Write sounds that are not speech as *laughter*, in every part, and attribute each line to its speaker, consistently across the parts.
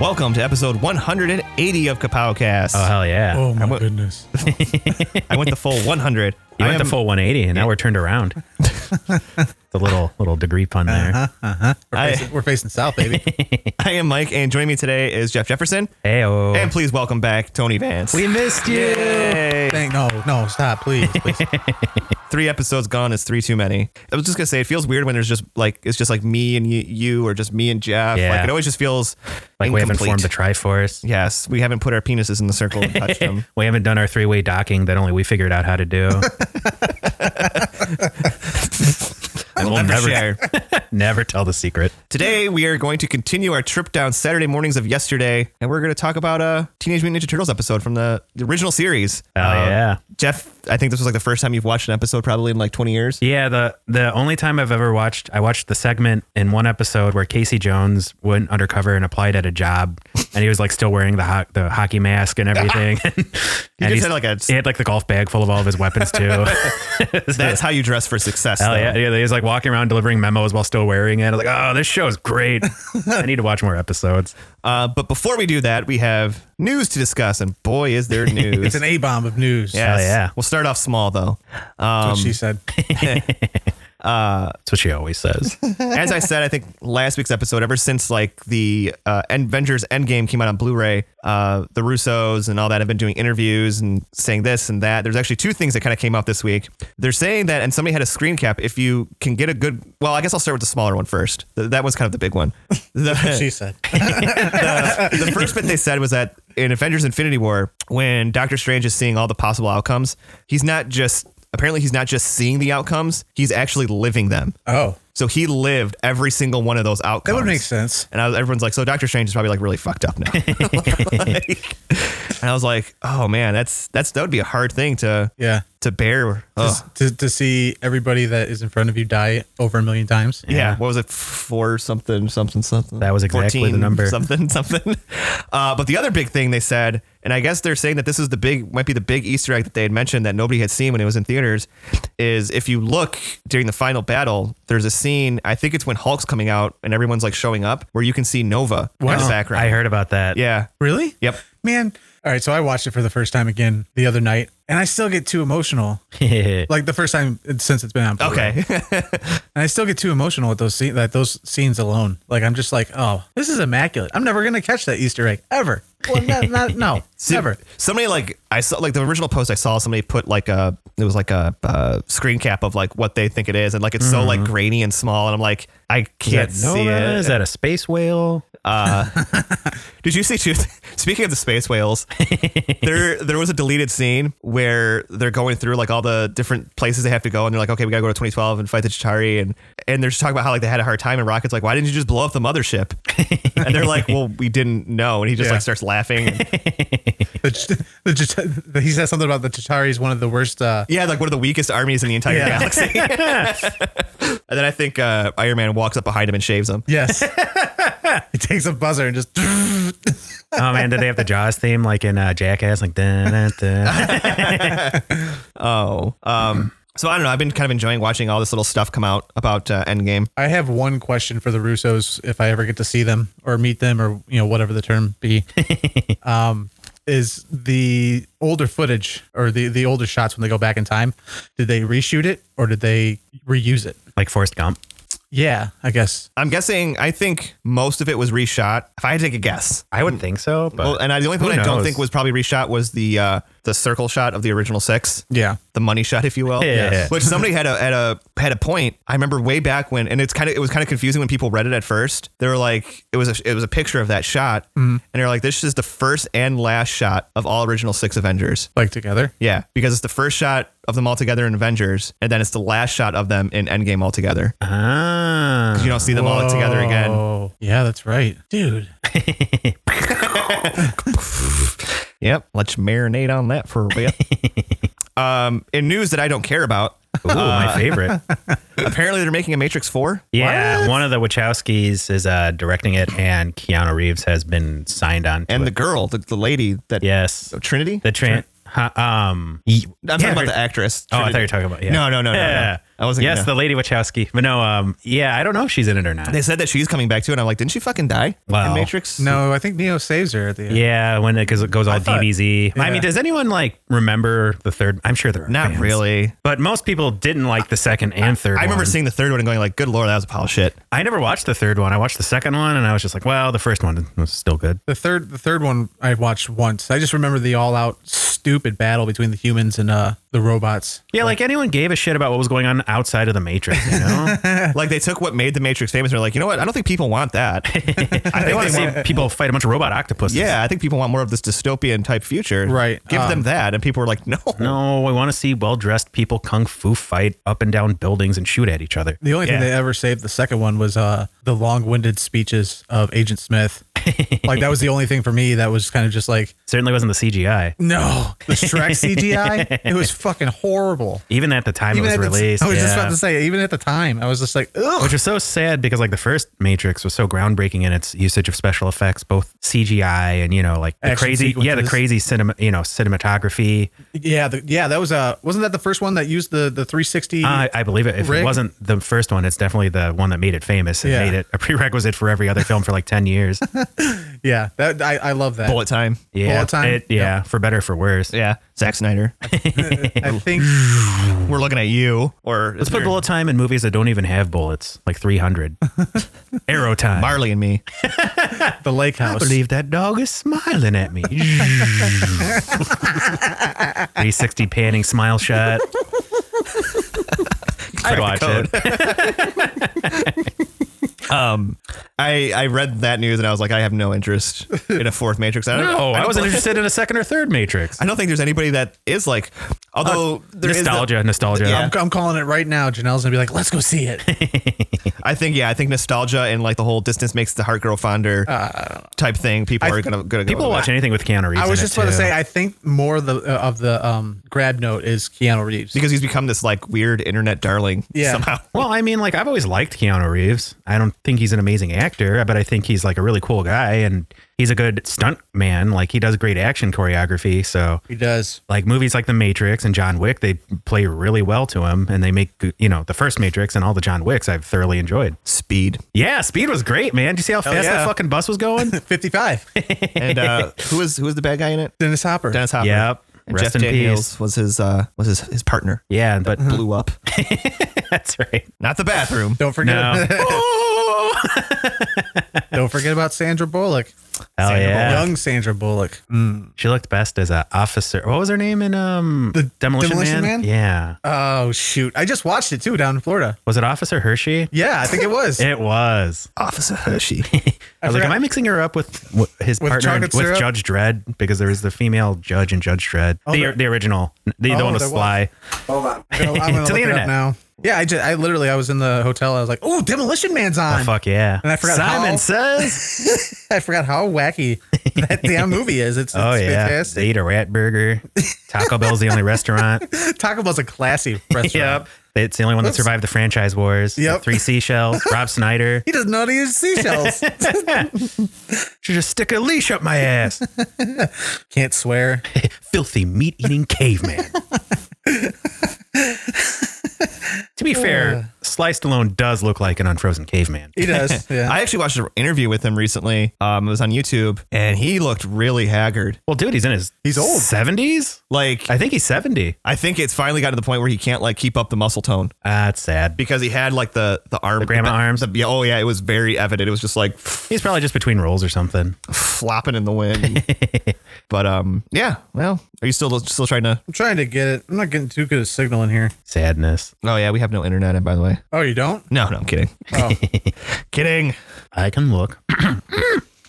Speaker 1: Welcome to episode 180 of Kapowcast.
Speaker 2: Oh hell yeah!
Speaker 3: Oh my
Speaker 1: went-
Speaker 3: goodness.
Speaker 1: *laughs* I went the
Speaker 2: *laughs*
Speaker 1: full 100.
Speaker 2: you
Speaker 1: I
Speaker 2: went the
Speaker 1: am-
Speaker 2: full 180, and now we're
Speaker 1: *laughs*
Speaker 2: turned around. the little little degree pun there.
Speaker 3: *laughs*
Speaker 1: Uh-huh.
Speaker 3: We're,
Speaker 1: I-
Speaker 3: facing, we're facing south, baby.
Speaker 1: I am Mike, and joining me today is Jeff Jefferson.
Speaker 2: Hey oh,
Speaker 1: And please welcome back Tony Vance.
Speaker 2: we missed
Speaker 1: *laughs*
Speaker 2: you.
Speaker 1: Yay.
Speaker 3: Thank, no, no,
Speaker 1: *laughs*
Speaker 3: stop, please. please.
Speaker 1: Three episodes gone is three too many. I was just gonna say it feels weird when there's just like it's just like me and you, you or just me and Jeff.
Speaker 2: Yeah.
Speaker 1: Like it always just feels
Speaker 2: Like we haven't
Speaker 1: incomplete.
Speaker 2: formed the Triforce.
Speaker 1: yes, we haven't put our penises in the circle and
Speaker 2: *laughs*
Speaker 1: touched them.
Speaker 2: We haven't done our three way docking that only we figured out how
Speaker 1: *laughs*
Speaker 2: to do.
Speaker 1: And we'll
Speaker 2: we'll
Speaker 1: never
Speaker 2: never-
Speaker 1: share.
Speaker 2: *laughs* Never tell the secret.
Speaker 1: Today we are going to continue our trip down Saturday mornings of yesterday, and we're going to talk about a Teenage Mutant Ninja Turtles episode from the, the original series. Uh,
Speaker 2: Oh yeah.
Speaker 1: Jeff, I think this was like the first time you've watched an episode probably in like 20 years.
Speaker 2: Yeah, the the only time I've ever watched, I watched the segment in one episode where Casey Jones went undercover and applied at a job, and he was like still wearing the ho- the hockey mask and everything.
Speaker 1: *laughs* He
Speaker 2: *laughs* and
Speaker 1: just
Speaker 2: he's-
Speaker 1: had like a.
Speaker 2: he had like the golf bag full of all of his weapons
Speaker 1: *laughs*
Speaker 2: too. *laughs*
Speaker 1: That's how you dress for success.
Speaker 2: Hell
Speaker 1: though.
Speaker 2: yeah. yeah. He's like walking around delivering memos while still wearing it. I was like, oh, this show
Speaker 1: *laughs*
Speaker 2: is great. I need to watch more episodes.
Speaker 1: Uh, but before we do that, we have news to discuss, and boy, is
Speaker 2: *laughs*
Speaker 1: there news.
Speaker 3: It's an A bomb of news.
Speaker 1: Yes.
Speaker 2: Hell yeah.
Speaker 1: We'll start off small
Speaker 2: *laughs*
Speaker 1: though.
Speaker 3: That's
Speaker 1: um,
Speaker 3: what she said.
Speaker 2: That's what she
Speaker 1: *laughs*
Speaker 2: always says.
Speaker 1: As I said, I think last week's episode, ever since like the uh, Avengers Endgame came out on Blu-ray, uh, the Russos and all that have been doing interviews and saying this and that. There's actually two things that kind of came out this week. They're saying that, and somebody had a screen cap. If you can get a good, well, I guess I'll start with the smaller one first. Th- that one's kind of the big one. *laughs* The-
Speaker 3: She said. *laughs*
Speaker 1: the, the first bit they said was that in Avengers Infinity War, when Doctor Strange is seeing all the possible outcomes, he's not just apparently he's not just seeing the outcomes, he's actually living them.
Speaker 3: Oh,
Speaker 1: So he lived every single one of those outcomes.
Speaker 3: that would make sense.
Speaker 1: And I was, everyone's like, so Doctor Strange is probably like really fucked
Speaker 3: *laughs*
Speaker 1: up now. Like- and I was like, oh man, that's that's that would be a hard thing to
Speaker 3: Yeah.
Speaker 1: to bear. Ugh.
Speaker 3: To, to see everybody that is in front of you die over a million times.
Speaker 1: Yeah. What was it? Four something, something, something.
Speaker 2: That was exactly the
Speaker 1: 14
Speaker 2: number.
Speaker 1: *laughs* Something, something. Uh, but the other big thing they said, and I guess they're saying that this is the big, might be the big Easter egg that they had mentioned that nobody had seen when it was in theaters, is if you look during the final battle, there's a scene, I think it's when Hulk's coming out and everyone's like showing up, where you can see Nova in the
Speaker 3: Wow.
Speaker 1: background.
Speaker 2: I heard about that. *laughs*
Speaker 1: yeah.
Speaker 3: Really?
Speaker 1: Yep.
Speaker 3: Man. All right. So I watched it for the first time again the other night, and I still get too emotional. Like the first time since it's been on. Blu-ray.
Speaker 1: Okay.
Speaker 3: And I still get too emotional at those scenes, that those scenes alone. Like I'm just like, oh, this is immaculate. I'm never gonna catch that Easter egg ever. Well, not, not,
Speaker 1: *laughs*
Speaker 3: no, never.
Speaker 1: Somebody like I saw like the original post I saw somebody put like a it was like a uh, screen cap of like what they think it is and like it's so like
Speaker 3: Mm-hmm.
Speaker 1: grainy and small and I'm like I can't
Speaker 2: Is that
Speaker 1: see
Speaker 2: Nova?
Speaker 1: it.
Speaker 2: Is that a space whale?
Speaker 1: Did you see two? Speaking of the space
Speaker 3: *laughs*
Speaker 1: whales, there there was a deleted scene where they're going through like all the different places they have to go, and they're like, okay, we gotta go to 2012 and fight the Chitari, and and they're just talking about how like they had a hard time, and Rocket's like, why didn't you just blow up the mothership? *laughs* and they're like, well, we didn't know, and he just
Speaker 3: Yeah.
Speaker 1: like starts laughing.
Speaker 3: The, ch- the, ch- he said something about the Chitari is one of the worst. Uh,
Speaker 1: yeah, like one of the weakest armies in the entire
Speaker 3: Yeah.
Speaker 1: galaxy.
Speaker 2: *laughs*
Speaker 1: and then I think uh, Iron Man walks up behind him and shaves him. *laughs*
Speaker 3: yes, he takes a buzzer and just.
Speaker 2: Oh man, did they have the Jaws theme like in uh, Jackass?
Speaker 1: *laughs*
Speaker 2: Like, dun, dun, dun.
Speaker 1: Oh, um, so I don't know. I've been kind of enjoying watching all this little stuff come out about uh, Endgame.
Speaker 3: I have one question for the Russos if I ever get to see them or meet them or you know whatever the term
Speaker 1: *laughs*
Speaker 3: be. um, is the older footage or the the older shots when they go back in time? Did they reshoot it or did they reuse it?
Speaker 2: like Forrest Gump.
Speaker 3: Yeah, I guess.
Speaker 1: I'm guessing. I think most of it was reshot. If I had to take a guess,
Speaker 2: I would think so, but
Speaker 1: well, and I, the only
Speaker 2: who
Speaker 1: thing I don't
Speaker 2: knows?
Speaker 1: think was probably reshot was the uh, the circle shot of the original six.
Speaker 3: Yeah.
Speaker 1: The money shot, if you will,
Speaker 2: Yeah.
Speaker 1: which somebody had a had a had a point. I remember way back when, and it's kind of it was kind of confusing when people read it at first. They were like, it was a, it was a picture of that shot,
Speaker 2: Mm-hmm.
Speaker 1: and they're like, this is the first and last shot of all original six Avengers.
Speaker 3: Like together.
Speaker 1: Yeah, because it's the first shot of them all together in Avengers, and then it's the last shot of them in Endgame all together.
Speaker 2: ah,
Speaker 1: *laughs* You don't see them all together again.
Speaker 3: Oh, yeah, that's right. Dude.
Speaker 1: Yep, let's marinate on that for a bit.
Speaker 2: *laughs*
Speaker 1: um, in news that I don't care about,
Speaker 2: Ooh, my favorite.
Speaker 1: apparently they're making a Matrix Four.
Speaker 2: Yeah, one of the Wachowskis is uh, directing it, and Keanu Reeves has been signed on. To
Speaker 1: And
Speaker 2: it.
Speaker 1: the Oh, girl, the, the lady that
Speaker 2: yes,
Speaker 1: Trinity.
Speaker 2: the train. Huh, um,
Speaker 1: I'm talking about the actress.
Speaker 2: Oh, I thought you
Speaker 1: Trinity.
Speaker 2: were talking about yeah.
Speaker 1: No, no, no, no, no.
Speaker 2: Yeah.
Speaker 1: I wasn't.
Speaker 2: Yes,
Speaker 1: gonna-
Speaker 2: the Lady Wachowski. But no, um, yeah, I don't know if she's in it or not.
Speaker 1: they said that she's coming back too, and I'm like, didn't she fucking die
Speaker 2: Wow.
Speaker 1: in Matrix?
Speaker 3: No, I think Neo saves her at the end.
Speaker 2: Yeah, when it, cause it goes all
Speaker 3: thought-
Speaker 2: DBZ. I
Speaker 3: yeah.
Speaker 2: mean, does anyone like remember the third? I'm sure there are
Speaker 1: not
Speaker 2: fans.
Speaker 1: really.
Speaker 2: But most people didn't like the second and third.
Speaker 1: I remember
Speaker 2: one.
Speaker 1: seeing the third one and going like, good lord, that was a pile of shit.
Speaker 2: I never watched the third one. I watched the second one, and I was just like, well, the first one was still good.
Speaker 3: The third, the third one I watched once. I just remember the all-out stupid battle between the humans and uh the robots.
Speaker 2: Yeah, like anyone gave a shit about what was going on outside of the Matrix. You
Speaker 3: *laughs*
Speaker 2: know,
Speaker 1: like they took what made the Matrix famous and were like, you know what? I don't think people want
Speaker 2: *laughs*
Speaker 1: that. I
Speaker 2: they
Speaker 1: think
Speaker 2: want to see people fight a bunch of robot octopuses.
Speaker 1: Yeah, I think people want more of this dystopian type future.
Speaker 3: Right.
Speaker 1: Give
Speaker 3: Um,
Speaker 1: them that. And people were like, no.
Speaker 2: No, we want to see well dressed people kung fu fight up and down buildings and shoot at each other.
Speaker 3: The only
Speaker 1: Yeah.
Speaker 3: thing they ever saved the second one was uh the long-winded speeches of Agent
Speaker 2: *laughs*
Speaker 3: Smith. like that was the only thing for me that was kind of just like
Speaker 2: Certainly wasn't the CGI.
Speaker 3: no, the
Speaker 2: *laughs*
Speaker 3: Shrek CGI. It was fucking horrible.
Speaker 2: Even at the time it
Speaker 3: at
Speaker 2: was
Speaker 3: the-
Speaker 2: released.
Speaker 3: *laughs* I was just
Speaker 2: yeah.
Speaker 3: about to say, even at the time, I was just like, ugh.
Speaker 2: Which was so sad because like the first Matrix was so groundbreaking in its usage of special effects, both CGI and you know like the
Speaker 3: Action
Speaker 2: crazy, yeah, the
Speaker 3: sequences.
Speaker 2: crazy cinema, you know, cinematography.
Speaker 3: Yeah, the, yeah, that was uh wasn't that the first one that used the the 360?
Speaker 2: I, I believe it. If it
Speaker 3: Rick?
Speaker 2: wasn't the first one, it's definitely the one that made it famous and
Speaker 3: Yeah.
Speaker 2: made it a prerequisite for every other film for like ten
Speaker 3: *laughs*
Speaker 2: years.
Speaker 3: yeah, that I, I love that.
Speaker 1: Bullet time.
Speaker 2: Yeah,
Speaker 3: All the time.
Speaker 2: It- yeah, for better or for worse.
Speaker 1: Yeah. Zack
Speaker 2: *laughs*
Speaker 1: Snyder.
Speaker 3: I think
Speaker 1: we're looking at you. Or
Speaker 2: Let's put bullet time in movies that don't even have bullets, like
Speaker 3: *laughs*
Speaker 2: 300. Arrow time.
Speaker 1: Marley and
Speaker 2: *laughs*
Speaker 1: me.
Speaker 3: the lake
Speaker 2: I
Speaker 3: house.
Speaker 2: believe that dog is smiling at
Speaker 3: *laughs*
Speaker 2: me. 360 panning smile
Speaker 3: *laughs*
Speaker 2: shot. I'd watch
Speaker 1: code.
Speaker 2: it.
Speaker 1: Um, I, I read that news and I was like, I have no
Speaker 2: *laughs*
Speaker 1: interest in a fourth Matrix. I don't
Speaker 2: No, I
Speaker 1: don't *laughs*
Speaker 2: wasn't
Speaker 1: believe-
Speaker 2: interested in a second or third Matrix.
Speaker 1: I don't think there's anybody that is like, although there is the-
Speaker 2: Uh, nostalgia, nostalgia.
Speaker 3: I'm, I'm calling it right now. Janelle's gonna be like, "Let's go see
Speaker 2: *laughs*
Speaker 3: it."
Speaker 1: I think, yeah, I think nostalgia and like the whole distance makes the heart grow fonder type thing. People are gonna, gonna go
Speaker 2: Uh, People
Speaker 1: with
Speaker 2: watch
Speaker 1: that.
Speaker 2: anything with Keanu Reeves.
Speaker 3: I was
Speaker 2: in it,
Speaker 3: just about to
Speaker 2: too.
Speaker 3: say, I think more of the uh, of the um, grab note is Keanu Reeves.
Speaker 1: because he's become this like weird internet darling
Speaker 3: Yeah.
Speaker 1: somehow.
Speaker 2: Well, I mean, like I've always liked Keanu Reeves. I don't think he's an amazing actor, but I think he's like a really cool guy, and he's a good stunt man. Like he does great action choreography. So,
Speaker 3: he does.
Speaker 2: like movies like The Matrix and John Wick, they play really well to him, and they make go- you know the first Matrix and all the John Wicks I've thoroughly enjoyed.
Speaker 1: Speed.
Speaker 2: Yeah, Speed was great, man. Did you see how fast
Speaker 3: yeah.
Speaker 2: that fucking bus was
Speaker 3: *laughs*
Speaker 2: going? *laughs*
Speaker 3: Fifty-five.
Speaker 1: And uh, who is who is the bad guy in it?
Speaker 3: Dennis Hopper.
Speaker 1: Dennis Hopper.
Speaker 2: Yep.
Speaker 1: And
Speaker 2: Rest
Speaker 1: Jeff
Speaker 2: in
Speaker 1: Daniels
Speaker 2: peace.
Speaker 1: was his uh, was his, his partner.
Speaker 2: yeah, but *laughs*
Speaker 1: Blew up.
Speaker 2: that's right.
Speaker 1: Not the
Speaker 2: *laughs*
Speaker 1: bathroom.
Speaker 3: Don't forget.
Speaker 2: No.
Speaker 3: *laughs* don't forget about Sandra Bullock.
Speaker 2: Hell
Speaker 3: Sandra
Speaker 2: yeah.
Speaker 3: Bullock. young Sandra Bullock.
Speaker 2: She looked best as a officer. What was her name in um
Speaker 3: The Demolition Man?
Speaker 2: Yeah,
Speaker 3: Oh shoot! I just watched it too down in Florida.
Speaker 2: was it Officer Hershey?
Speaker 3: Yeah, I think
Speaker 2: *laughs*
Speaker 3: it was.
Speaker 2: It was.
Speaker 1: Officer
Speaker 2: *laughs*
Speaker 1: Hershey.
Speaker 2: I was like,
Speaker 3: forgot-
Speaker 2: am I mixing her up with w- his
Speaker 3: With
Speaker 2: partner
Speaker 3: chocolate
Speaker 2: with
Speaker 3: syrup? Oh,
Speaker 2: Judge Dredd? Because there was the female judge and Judge Dredd, the,
Speaker 3: there-
Speaker 2: the original, the, the
Speaker 3: Oh,
Speaker 2: one with
Speaker 3: there was.
Speaker 2: Sly.
Speaker 3: I'm gonna, I'm
Speaker 2: To
Speaker 3: gonna
Speaker 2: the
Speaker 3: look it up
Speaker 2: internet.
Speaker 3: now. Yeah, I just I literally I was in the hotel. I was like, "Oh, Demolition Man's on."
Speaker 2: Fuck yeah!
Speaker 3: And I forgot
Speaker 2: Simon
Speaker 3: how-
Speaker 2: says,
Speaker 3: *laughs* I forgot how
Speaker 2: *laughs*
Speaker 3: wacky that damn movie is. It's, it's
Speaker 2: "Oh yeah,
Speaker 3: fantastic.
Speaker 2: they eat a rat
Speaker 3: *laughs*
Speaker 2: burger. Taco Bell's the only restaurant.
Speaker 3: Taco Bell's
Speaker 2: *laughs*
Speaker 3: a classy restaurant.
Speaker 2: it's the only one that
Speaker 3: Oops.
Speaker 2: survived the franchise wars. The
Speaker 3: Yep.
Speaker 2: three seashells.
Speaker 3: *laughs*
Speaker 2: Rob Snyder.
Speaker 3: He doesn't know how to use
Speaker 2: *laughs*
Speaker 3: seashells.
Speaker 2: Should just stick a leash up my ass.
Speaker 3: Can't swear.
Speaker 2: *laughs* Filthy meat eating
Speaker 3: *laughs*
Speaker 2: caveman." to be
Speaker 3: Uh.
Speaker 2: fair, Sly Stallone does look like an unfrozen caveman.
Speaker 1: *laughs*
Speaker 3: He does. Yeah.
Speaker 1: I actually watched an interview with him recently. Um, it was on YouTube, and he looked really haggard.
Speaker 2: Well, dude, he's in his
Speaker 3: He's old.
Speaker 2: seventies.
Speaker 1: Like
Speaker 2: I think he's seventy.
Speaker 1: I think it's finally got to the point where he can't like keep up the muscle tone
Speaker 2: That's sad.
Speaker 1: because he had like the the arm the
Speaker 2: grandma arms?
Speaker 1: The, yeah, oh yeah, it was very evident. It was just *laughs* like
Speaker 2: He's probably just between roles or something.
Speaker 1: flopping in the *laughs* wind. but um, yeah. Well, are you still still trying to?
Speaker 3: I'm trying to get it. I'm not getting too good a signal in here.
Speaker 2: Sadness.
Speaker 1: Oh yeah, we have no internet. By the way,
Speaker 3: Oh, you don't?
Speaker 1: no, no, I'm *laughs* kidding,
Speaker 3: Oh.
Speaker 1: kidding.
Speaker 2: I can look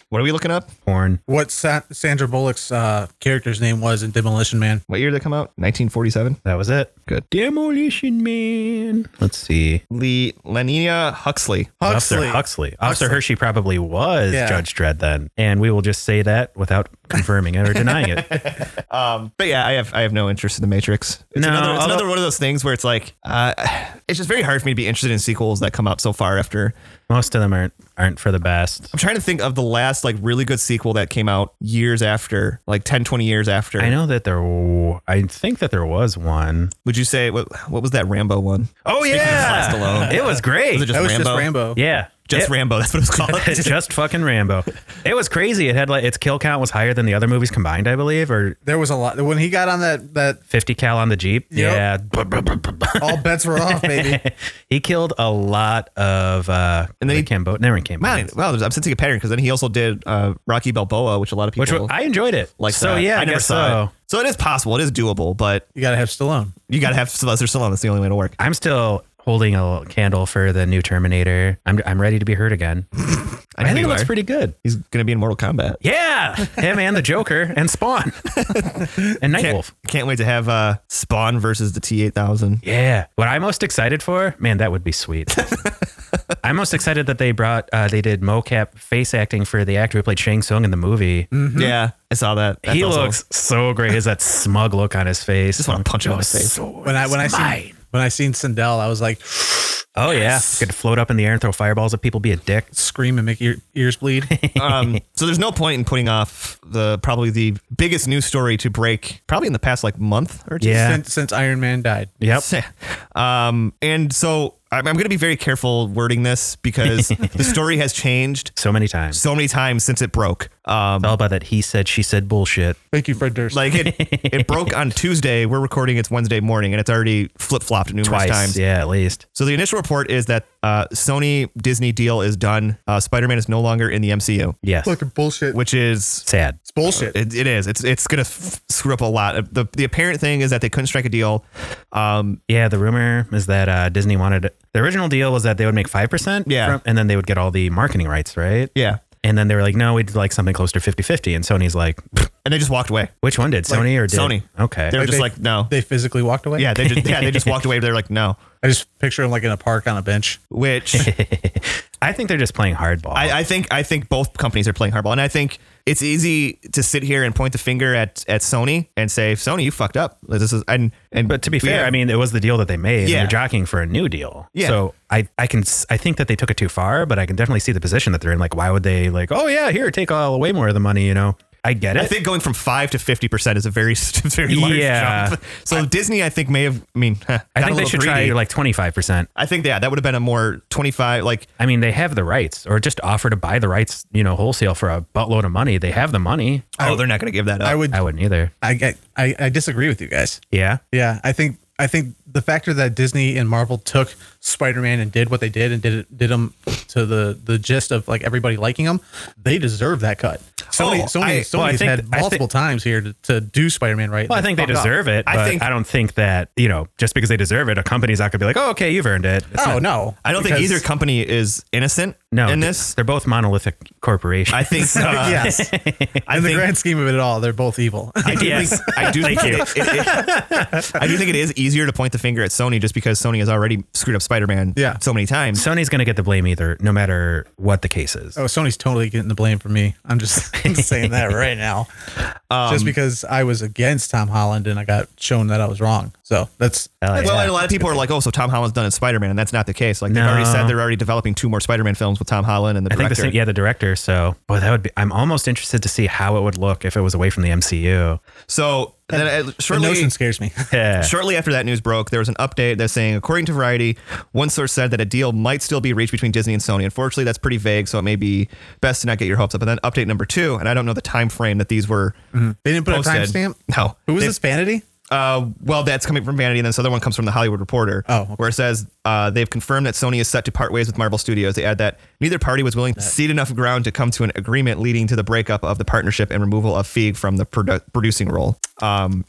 Speaker 1: What are we looking up?
Speaker 2: porn.
Speaker 3: what Sa- Sandra Bullock's uh, character's name was in Demolition Man.
Speaker 1: What year did it come out? 1947.
Speaker 2: That was it.
Speaker 1: Good.
Speaker 2: Demolition Man. Let's see.
Speaker 1: Le- Lenina Huxley.
Speaker 3: Huxley.
Speaker 2: Officer Huxley. Officer Hershey probably was
Speaker 3: Yeah.
Speaker 2: Judge Dredd then, and we will just say that without confirming it or denying it.
Speaker 1: But yeah, I have I have no interest in the Matrix. It's,
Speaker 2: No,
Speaker 1: another, it's *sighs*
Speaker 2: although-
Speaker 1: another one of those things where it's like, uh, it's just very hard for me to be interested in sequels that come out so far after
Speaker 2: Most of them aren't aren't for the best.
Speaker 1: I'm trying to think of the last like really good sequel that came out years after, like 10, 20 years after.
Speaker 2: I know that there. w- I think that there was one.
Speaker 1: Would you say what, what was that Rambo one?
Speaker 2: Oh yeah,
Speaker 1: Stallone.
Speaker 2: it was great.
Speaker 1: Was it just
Speaker 3: that was
Speaker 1: Rambo?
Speaker 3: just Rambo.
Speaker 2: yeah,
Speaker 1: Just
Speaker 2: It-
Speaker 1: Rambo. That's what it's
Speaker 2: *laughs*
Speaker 1: called.
Speaker 2: It's just fucking Rambo. It was crazy. It had like its kill count was higher than the other movies combined, I believe, or
Speaker 3: There was a lot when he got on that that
Speaker 2: 50 cal on the Jeep.
Speaker 3: Yep.
Speaker 2: Yeah. *laughs*
Speaker 3: all bets were
Speaker 1: *laughs*
Speaker 3: off, baby.
Speaker 2: he killed a lot of uh
Speaker 1: And then
Speaker 2: the
Speaker 1: he-
Speaker 2: Cambo- never in
Speaker 1: Man,
Speaker 2: Cambodians.
Speaker 1: well, there's, I'm sensing a pattern because then he also did uh, Rocky Balboa, which a lot of people
Speaker 2: Which was, I enjoyed it.
Speaker 1: like.
Speaker 2: so
Speaker 1: that.
Speaker 2: yeah,
Speaker 1: I
Speaker 2: I,
Speaker 1: never
Speaker 2: guess
Speaker 1: saw
Speaker 2: so.
Speaker 1: it. So it is possible. It is doable, but
Speaker 3: You gotta have Stallone.
Speaker 1: you got to have Sylvester Stallone. That's the only way to work.
Speaker 2: I'm still holding a candle for the new Terminator. I'm I'm ready to be hurt again.
Speaker 1: *laughs* I,
Speaker 2: I
Speaker 1: know
Speaker 2: think it
Speaker 1: you
Speaker 2: looks
Speaker 1: are.
Speaker 2: pretty good.
Speaker 1: He's going to be in Mortal Kombat.
Speaker 2: Yeah, him and the Joker
Speaker 1: *laughs*
Speaker 2: and Spawn and Nightwolf.
Speaker 1: Can't, can't wait to have uh, Spawn versus the T8000.
Speaker 2: Yeah. What I'm most excited for, man, that would
Speaker 1: *laughs*
Speaker 2: be sweet. I'm most excited that they brought, uh, they did mocap face acting for the actor who played Shang Tsung in the movie.
Speaker 1: Yeah, I saw that. Mm, That's
Speaker 2: Mm-hmm. he
Speaker 1: also-
Speaker 2: looks so great. He has that smug look on his face. Oh,
Speaker 1: Just wanna punch him in the face.
Speaker 3: When I when I seen when I seen Sindel, I was like
Speaker 2: oh yeah, could float up in the air and throw fireballs at people. Be a dick.
Speaker 3: scream and make your ears bleed.
Speaker 1: *laughs*
Speaker 2: *laughs*
Speaker 1: um, so there's no point in putting off the probably the biggest news story to break probably in the past like month or two.
Speaker 2: Yeah.
Speaker 3: since, since Iron Man died.
Speaker 2: Yep.
Speaker 1: *laughs* Um, and so I'm, I'm going to be very careful wording this
Speaker 2: *laughs*
Speaker 1: because the story has changed
Speaker 2: So many times.
Speaker 1: so many times since it broke. Um,
Speaker 2: All about that he said, she said bullshit.
Speaker 3: Thank you, Fred Durst.
Speaker 1: like it, it broke on Tuesday. We're recording it's Wednesday morning, and it's already flip flopped numerous
Speaker 2: Twice.
Speaker 1: times.
Speaker 2: Yeah, at least.
Speaker 1: So the initial report is that uh, Sony Disney deal is done. Uh, Spider Man is no longer in the MCU,
Speaker 2: Yes.
Speaker 3: fucking bullshit.
Speaker 1: which is
Speaker 2: Sad.
Speaker 3: it's bullshit.
Speaker 1: It, it is. It's it's gonna f- screw up a lot. Uh, The the apparent thing is that they couldn't strike a deal. Um,
Speaker 2: Yeah, the rumor is that uh, Disney wanted the original deal was that they would make five percent,
Speaker 1: Yeah.
Speaker 2: and then they would get all the marketing rights, right?
Speaker 1: yeah,
Speaker 2: And then they were like, no, we'd like something closer to 50-50. and Sony's like, "Pfft,
Speaker 1: and they just walked away.
Speaker 2: which one did Sony or did
Speaker 1: Sony.
Speaker 2: Okay,
Speaker 1: They were just
Speaker 3: they-
Speaker 1: like, no,
Speaker 3: they physically walked away.
Speaker 1: yeah, they just yeah they just walked away. They're like, no.
Speaker 3: I just picture him like in a park on a bench.
Speaker 1: Which
Speaker 2: I think they're just playing hardball.
Speaker 1: I, I think I think both companies are playing hardball, and I think it's easy to sit here and point the finger at at Sony and say, Sony, you fucked up. This is and and
Speaker 2: but to be
Speaker 1: we
Speaker 2: fair,
Speaker 1: have-
Speaker 2: I mean, it was the deal that they made.
Speaker 1: Yeah.
Speaker 2: and they're jockeying for a new deal.
Speaker 1: Yeah.
Speaker 2: So I, I can, s- I think that they took it too far, but I can definitely see the position that they're in. Like, why would they like, oh yeah, here, take all way more of the money. You know, I get it.
Speaker 1: I think going from five to fifty percent is a very *laughs* very large
Speaker 2: Yeah.
Speaker 1: jump. So Disney, I think, may have. I mean, *laughs* huh, got a
Speaker 2: I think they
Speaker 1: little
Speaker 2: should
Speaker 1: greedy.
Speaker 2: try like twenty five percent.
Speaker 1: I think yeah, that would have been a more twenty five like
Speaker 2: I mean, they have the rights, or just offer to buy the rights, you know, wholesale for a buttload of money. They have the money.
Speaker 1: Oh, they're not going to give that up.
Speaker 3: I would.
Speaker 2: I wouldn't either.
Speaker 3: I get. I, I disagree with you guys.
Speaker 2: Yeah.
Speaker 3: Yeah, I think. I think the factor that Disney and Marvel took Spider-Man and did what they did and did it, did them to the the gist of like everybody liking them, they deserve that cut. Sony,
Speaker 1: Oh,
Speaker 3: Sony,
Speaker 1: I-
Speaker 3: Sony's
Speaker 2: well, I think-
Speaker 3: had
Speaker 2: I thi-
Speaker 3: multiple times here to, to do Spider-Man right.
Speaker 2: Well, I think they
Speaker 3: Fuck up.
Speaker 2: deserve it.
Speaker 1: I
Speaker 2: But I
Speaker 1: think-
Speaker 2: don't think that you know just because they deserve it, a company's not gonna be like, oh, okay, you've earned it. It's
Speaker 3: Oh
Speaker 2: not-
Speaker 3: no,
Speaker 1: I don't think
Speaker 3: because-
Speaker 1: either company is innocent
Speaker 2: no,
Speaker 1: in
Speaker 2: th-
Speaker 1: this.
Speaker 2: they're both monolithic corporations.
Speaker 1: I
Speaker 2: *laughs*
Speaker 1: think uh,
Speaker 3: *laughs* Yes, in
Speaker 1: I
Speaker 3: the
Speaker 1: think
Speaker 3: grand scheme of it all, they're both evil.
Speaker 1: *laughs*
Speaker 3: *laughs*
Speaker 1: I do
Speaker 2: Yes.
Speaker 1: think I do think it, it- it- I do think it is easier to point the finger at Sony just because Sony has already screwed up Spider-Man
Speaker 3: Yeah.
Speaker 1: so many times.
Speaker 2: Sony's gonna get the blame either, no matter what the case is.
Speaker 3: Oh, Sony's totally getting the blame for me. I'm *laughs* just I'm saying that right now. just because I was against Tom Holland and I got shown that I was wrong. So that's
Speaker 2: I like
Speaker 1: well,
Speaker 2: that.
Speaker 1: and a lot of people are like, "Oh, so Tom Holland's done as Spider-Man," and that's not the case. Like they've already
Speaker 2: No.
Speaker 1: said they're already developing two more Spider-Man films with Tom Holland and the
Speaker 2: I think
Speaker 1: director.
Speaker 2: the same, yeah, the director. So, boy, that would be. I'm almost interested to see how it would look if it was away from the MCU.
Speaker 1: So then, uh,
Speaker 3: the
Speaker 1: shortly,
Speaker 3: notion scares me. *laughs*
Speaker 2: Yeah.
Speaker 1: Shortly after that news broke, there was an update that's saying, according to Variety, one source said that a deal might still be reached between Disney and Sony. Unfortunately, that's pretty vague, so it may be best to not get your hopes up. And then update number two, and I don't know the time frame that these were
Speaker 3: they didn't put a
Speaker 1: posted.
Speaker 3: Mm-hmm. timestamp.
Speaker 1: No.
Speaker 3: Who was
Speaker 1: They-
Speaker 3: this vanity?
Speaker 1: Uh, well, that's coming from Vanity, and then this other one comes from the Hollywood Reporter,
Speaker 3: Oh, okay.
Speaker 1: where it says uh, they've confirmed that Sony is set to part ways with Marvel Studios. They add that neither party was willing to cede enough ground to come to an agreement, leading to the breakup of the partnership and removal of Feig from the produ- producing role. Um,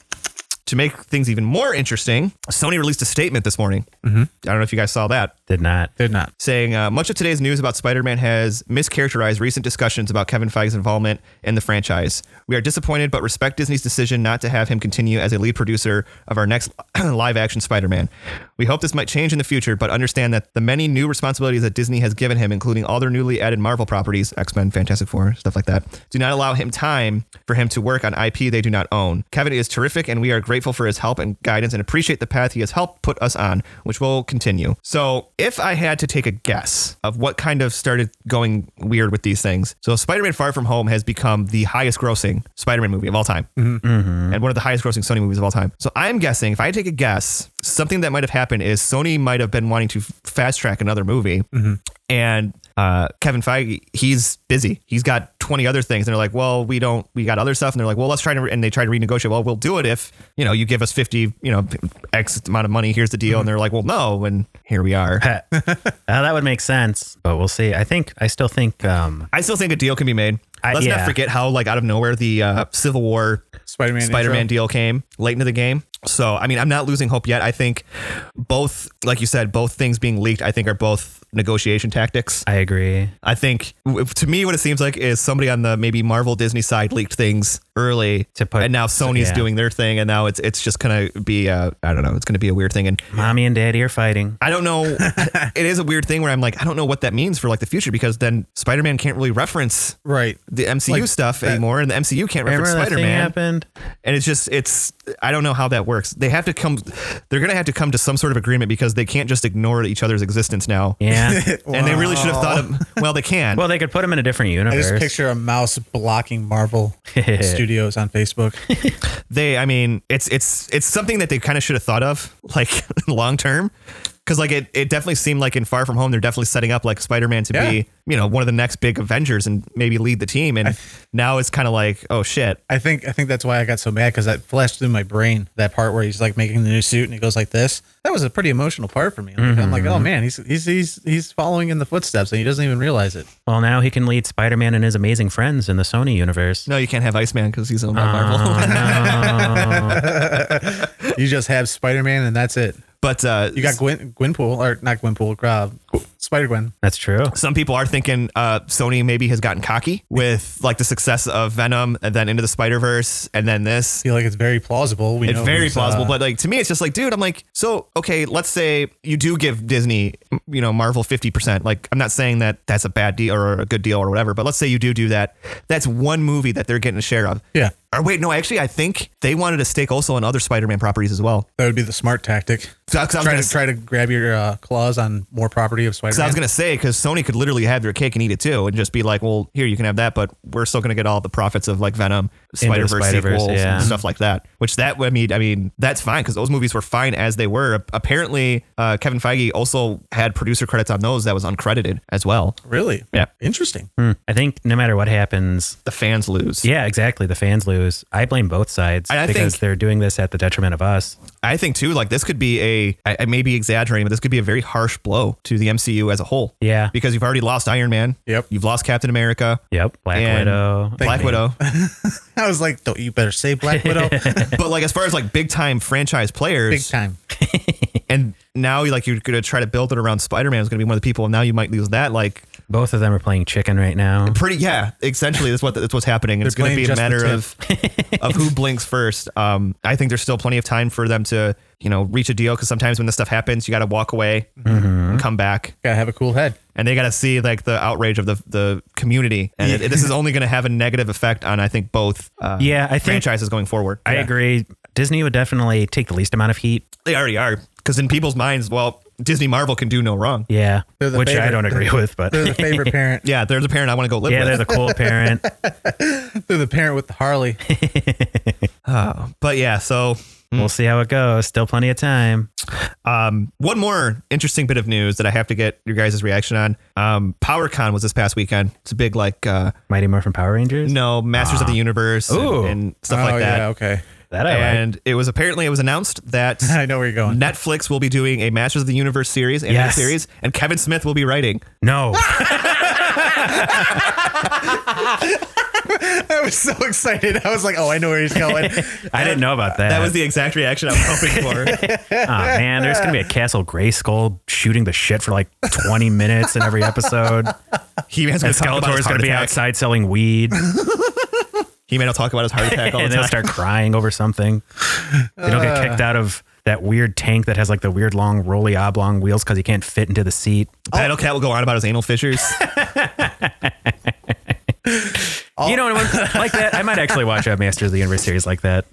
Speaker 1: to make things even more interesting, Sony released a statement this morning. Mm-hmm. I don't know if you guys saw that
Speaker 2: Did not.
Speaker 3: They're not.
Speaker 1: saying uh, much of today's news about Spider-Man has mischaracterized recent discussions about Kevin Feige's involvement in the franchise. We are disappointed, but respect Disney's decision not to have him continue as a lead producer of our next *clears throat* live-action Spider-Man. We hope this might change in the future, but understand that the many new responsibilities that Disney has given him, including all their newly added Marvel properties, X-Men, Fantastic Four, stuff like that, do not allow him time for him to work on IP they do not own. Kevin is terrific, and we are grateful grateful for his help and guidance and appreciate the path he has helped put us on, which will continue. So, if I had to take a guess of what kind of started going weird with these things, so Spider Man Far From Home has become the highest grossing Spider Man movie of all time and one of the highest grossing Sony movies of all time. So, I'm guessing if I take a guess, something that might have happened is Sony might have been wanting to fast track another movie
Speaker 2: Mm-hmm.
Speaker 1: and uh, Kevin Feige, he's busy. He's got 20 other things. And they're like, well, we don't, we got other stuff. And they're like, well, let's try to, re-" and they try to renegotiate. Well, we'll do it if, you know, you give us 50, you know, X amount of money. Here's the
Speaker 2: Mm-hmm.
Speaker 1: deal. And they're like, well, no. And here we are. *laughs*
Speaker 2: Uh, that would make sense, but we'll see. I think I still think um,
Speaker 1: I still think a deal can be made.
Speaker 2: I-
Speaker 1: Let's
Speaker 2: yeah.
Speaker 1: not forget how, like, out of nowhere the uh, Civil War
Speaker 3: Spider Man.
Speaker 1: Spider Man deal came late into the game. So, I mean, I'm not losing hope yet. I think both, like you said, both things being leaked, I think are both negotiation tactics.
Speaker 2: I agree.
Speaker 1: I think w- to me, what it seems like is somebody on the maybe Marvel Disney side leaked things early
Speaker 2: To put-
Speaker 1: and now Sony's
Speaker 2: yeah.
Speaker 1: doing their thing, and now it's it's just gonna be I I don't know, it's gonna be a weird thing, and
Speaker 2: Mommy and daddy are fighting.
Speaker 1: I don't
Speaker 2: *laughs*
Speaker 1: know. it is a weird thing where I'm like, I don't know what that means for like the future because then Spider Man can't really reference
Speaker 3: Right.
Speaker 1: the MCU
Speaker 3: Like
Speaker 1: stuff
Speaker 3: that-
Speaker 1: anymore, and the MCU can't
Speaker 2: Remember
Speaker 1: reference
Speaker 2: that
Speaker 1: Spider
Speaker 2: thing
Speaker 1: Man, *laughs*
Speaker 2: happened?
Speaker 1: and it's just it's I don't know how that works. They have to come, they're gonna have to come to some sort of agreement because they can't just ignore each other's existence now.
Speaker 2: Yeah.
Speaker 1: And they really should have thought of *laughs* well, they can.
Speaker 2: well, they could put him in a different
Speaker 3: I
Speaker 2: universe.
Speaker 3: just picture a mouse blocking
Speaker 1: *laughs*
Speaker 3: Marvel Studios on Facebook.
Speaker 1: they i mean it's it's it's something that they kind of should have thought of like *laughs* long term because like it, it definitely seemed like in far from home they're definitely setting up like spider-man to
Speaker 3: Yeah.
Speaker 1: be you know one of the next big avengers and maybe lead the team and now it's kind of like oh shit
Speaker 3: I think I think that's why I got so mad because that flashed through my brain that part where he's like making the new suit and he goes like this. That was a pretty emotional part for me. Like, I'm like,
Speaker 1: Mm-hmm.
Speaker 3: oh man, he's he's he's he's following in the footsteps and he doesn't even realize it.
Speaker 2: well, now he can lead Spider Man and his amazing friends in the Sony universe.
Speaker 1: no you can't have iceman because he's owned by marvel
Speaker 3: Ah. You just have Spider Man and that's it.
Speaker 1: *laughs* but uh
Speaker 3: You got Gwen Gwenpool or not Gwenpool, uh, Spider Gwen.
Speaker 2: That's true.
Speaker 1: some people are thinking uh, Sony maybe has gotten cocky with like the success of Venom and then into the Spider Verse and then this.
Speaker 3: Feel like it's very plausible. We
Speaker 1: It's
Speaker 3: know
Speaker 1: very
Speaker 3: who's, uh,
Speaker 1: plausible, but like to me, it's just like, dude, I'm like, so okay, let's say you do give Disney, m- you know, Marvel 50%. Like, I'm not saying that that's a bad deal or a good deal or whatever, but let's say you do do that. That's one movie that they're getting a share of.
Speaker 3: yeah,
Speaker 1: Or wait, no, actually, I think they wanted a stake also on other Spider-Man properties as well.
Speaker 3: that would be the smart tactic.
Speaker 1: So, 'cause I was
Speaker 3: Try
Speaker 1: gonna
Speaker 3: to try to grab your uh, claws on more property of Spider
Speaker 1: So I was
Speaker 3: Man.
Speaker 1: gonna say because Sony could literally have their cake and eat it too, and just be like, "Well, here you can have that, but we're still gonna get all the profits of like Venom, Spider Verse
Speaker 2: Spider-Verse,
Speaker 1: sequels,
Speaker 2: yeah.
Speaker 1: and stuff like that." Which that I mean, I mean that's fine because those movies were fine as they were. Ap- Apparently, uh, Kevin Feige also had producer credits on those that was uncredited as well.
Speaker 3: Really?
Speaker 1: Yeah.
Speaker 3: Interesting.
Speaker 2: Hmm. I think no matter what happens,
Speaker 1: The fans lose.
Speaker 2: yeah, exactly. The fans lose. I blame both sides
Speaker 1: And I
Speaker 2: because
Speaker 1: think-
Speaker 2: they're doing this at the detriment of us.
Speaker 1: I think too, like this could be a, I, I may be exaggerating, but this could be a very harsh blow to the MCU as a whole.
Speaker 2: Yeah.
Speaker 1: Because you've already lost Iron Man.
Speaker 3: Yep.
Speaker 1: You've lost Captain America.
Speaker 2: Yep. Black
Speaker 1: and
Speaker 2: Widow.
Speaker 1: Black Widow.
Speaker 3: I was like, don't you better say
Speaker 2: *laughs*
Speaker 3: Black Widow?
Speaker 1: but like as far as like big time franchise players,
Speaker 3: Big time.
Speaker 1: and now like you're gonna try to build it around Spider-Man is gonna be one of the people, and now you might lose that. Like
Speaker 2: Both of them are playing chicken right now.
Speaker 1: pretty, yeah, essentially that's what that's what's happening. And it's gonna
Speaker 3: playing
Speaker 1: be a
Speaker 3: just the
Speaker 1: matter of of who blinks first. Um, I think there's still plenty of time for them to you know reach a deal because sometimes when this stuff happens, you gotta walk away and come back.
Speaker 3: Gotta have a cool head.
Speaker 1: And they got to see like the outrage of the the community, and it- this is only going to have a negative effect on I think both uh,
Speaker 2: Yeah, I think-
Speaker 1: franchises going forward.
Speaker 2: I
Speaker 1: Yeah.
Speaker 2: agree. Disney would definitely take the least amount of heat.
Speaker 1: They already are because in people's minds, well, Disney Marvel can do no wrong.
Speaker 2: Yeah.
Speaker 3: They're the
Speaker 2: which I
Speaker 3: favorite-
Speaker 2: don't agree with, but *laughs*
Speaker 3: They're the favorite parent.
Speaker 1: Yeah, they're the parent I want to go live
Speaker 2: yeah,
Speaker 1: with.
Speaker 2: they're the cool
Speaker 3: *laughs*
Speaker 2: parent.
Speaker 3: They're the parent with the Harley.
Speaker 1: But yeah, so
Speaker 2: We'll see how it goes. Still plenty of time.
Speaker 1: one more interesting bit of news that I have to get your guys' reaction on. Um, PowerCon was this past weekend. It's a big like uh,
Speaker 2: Mighty Morphin Power Rangers.
Speaker 1: no Masters of the Universe and,
Speaker 2: Ah. Ooh. Oh,
Speaker 1: and stuff like that.
Speaker 3: Oh, yeah, okay. *laughs*
Speaker 2: That I like.
Speaker 1: And it was apparently it was announced
Speaker 2: *laughs*
Speaker 1: that
Speaker 3: I know where you're going.
Speaker 1: Netflix will be doing a Masters of the Universe series, anime
Speaker 2: Yes.
Speaker 1: series, and Kevin Smith will be writing.
Speaker 2: No.
Speaker 3: *laughs* I was so excited. I was like, oh, I know where he's
Speaker 1: *laughs*
Speaker 3: going.
Speaker 2: I didn't know about that.
Speaker 1: That was the exact reaction I was hoping for.
Speaker 2: *laughs* Aw, man, there's gonna be a Castle Gray Skull shooting the shit for like 20 minutes in every
Speaker 1: *laughs*
Speaker 2: episode.
Speaker 1: He man's
Speaker 2: And
Speaker 1: gonna talk about
Speaker 2: Skeletor
Speaker 1: his
Speaker 2: is gonna
Speaker 1: heart
Speaker 2: be
Speaker 1: attack.
Speaker 2: outside selling
Speaker 1: *laughs*
Speaker 2: weed,
Speaker 1: He man will talk about his
Speaker 2: *laughs*
Speaker 1: heart attack all the
Speaker 2: and they'll
Speaker 1: time.
Speaker 2: start crying over something. They don't get
Speaker 3: Uh.
Speaker 2: kicked out of that weird tank that has like the weird long roly oblong wheels because he can't fit into the seat. *laughs*
Speaker 1: Battle Cat will go on about his anal fissures.
Speaker 2: you know, anyone like that? I might actually watch a Masters of the Universe series like that.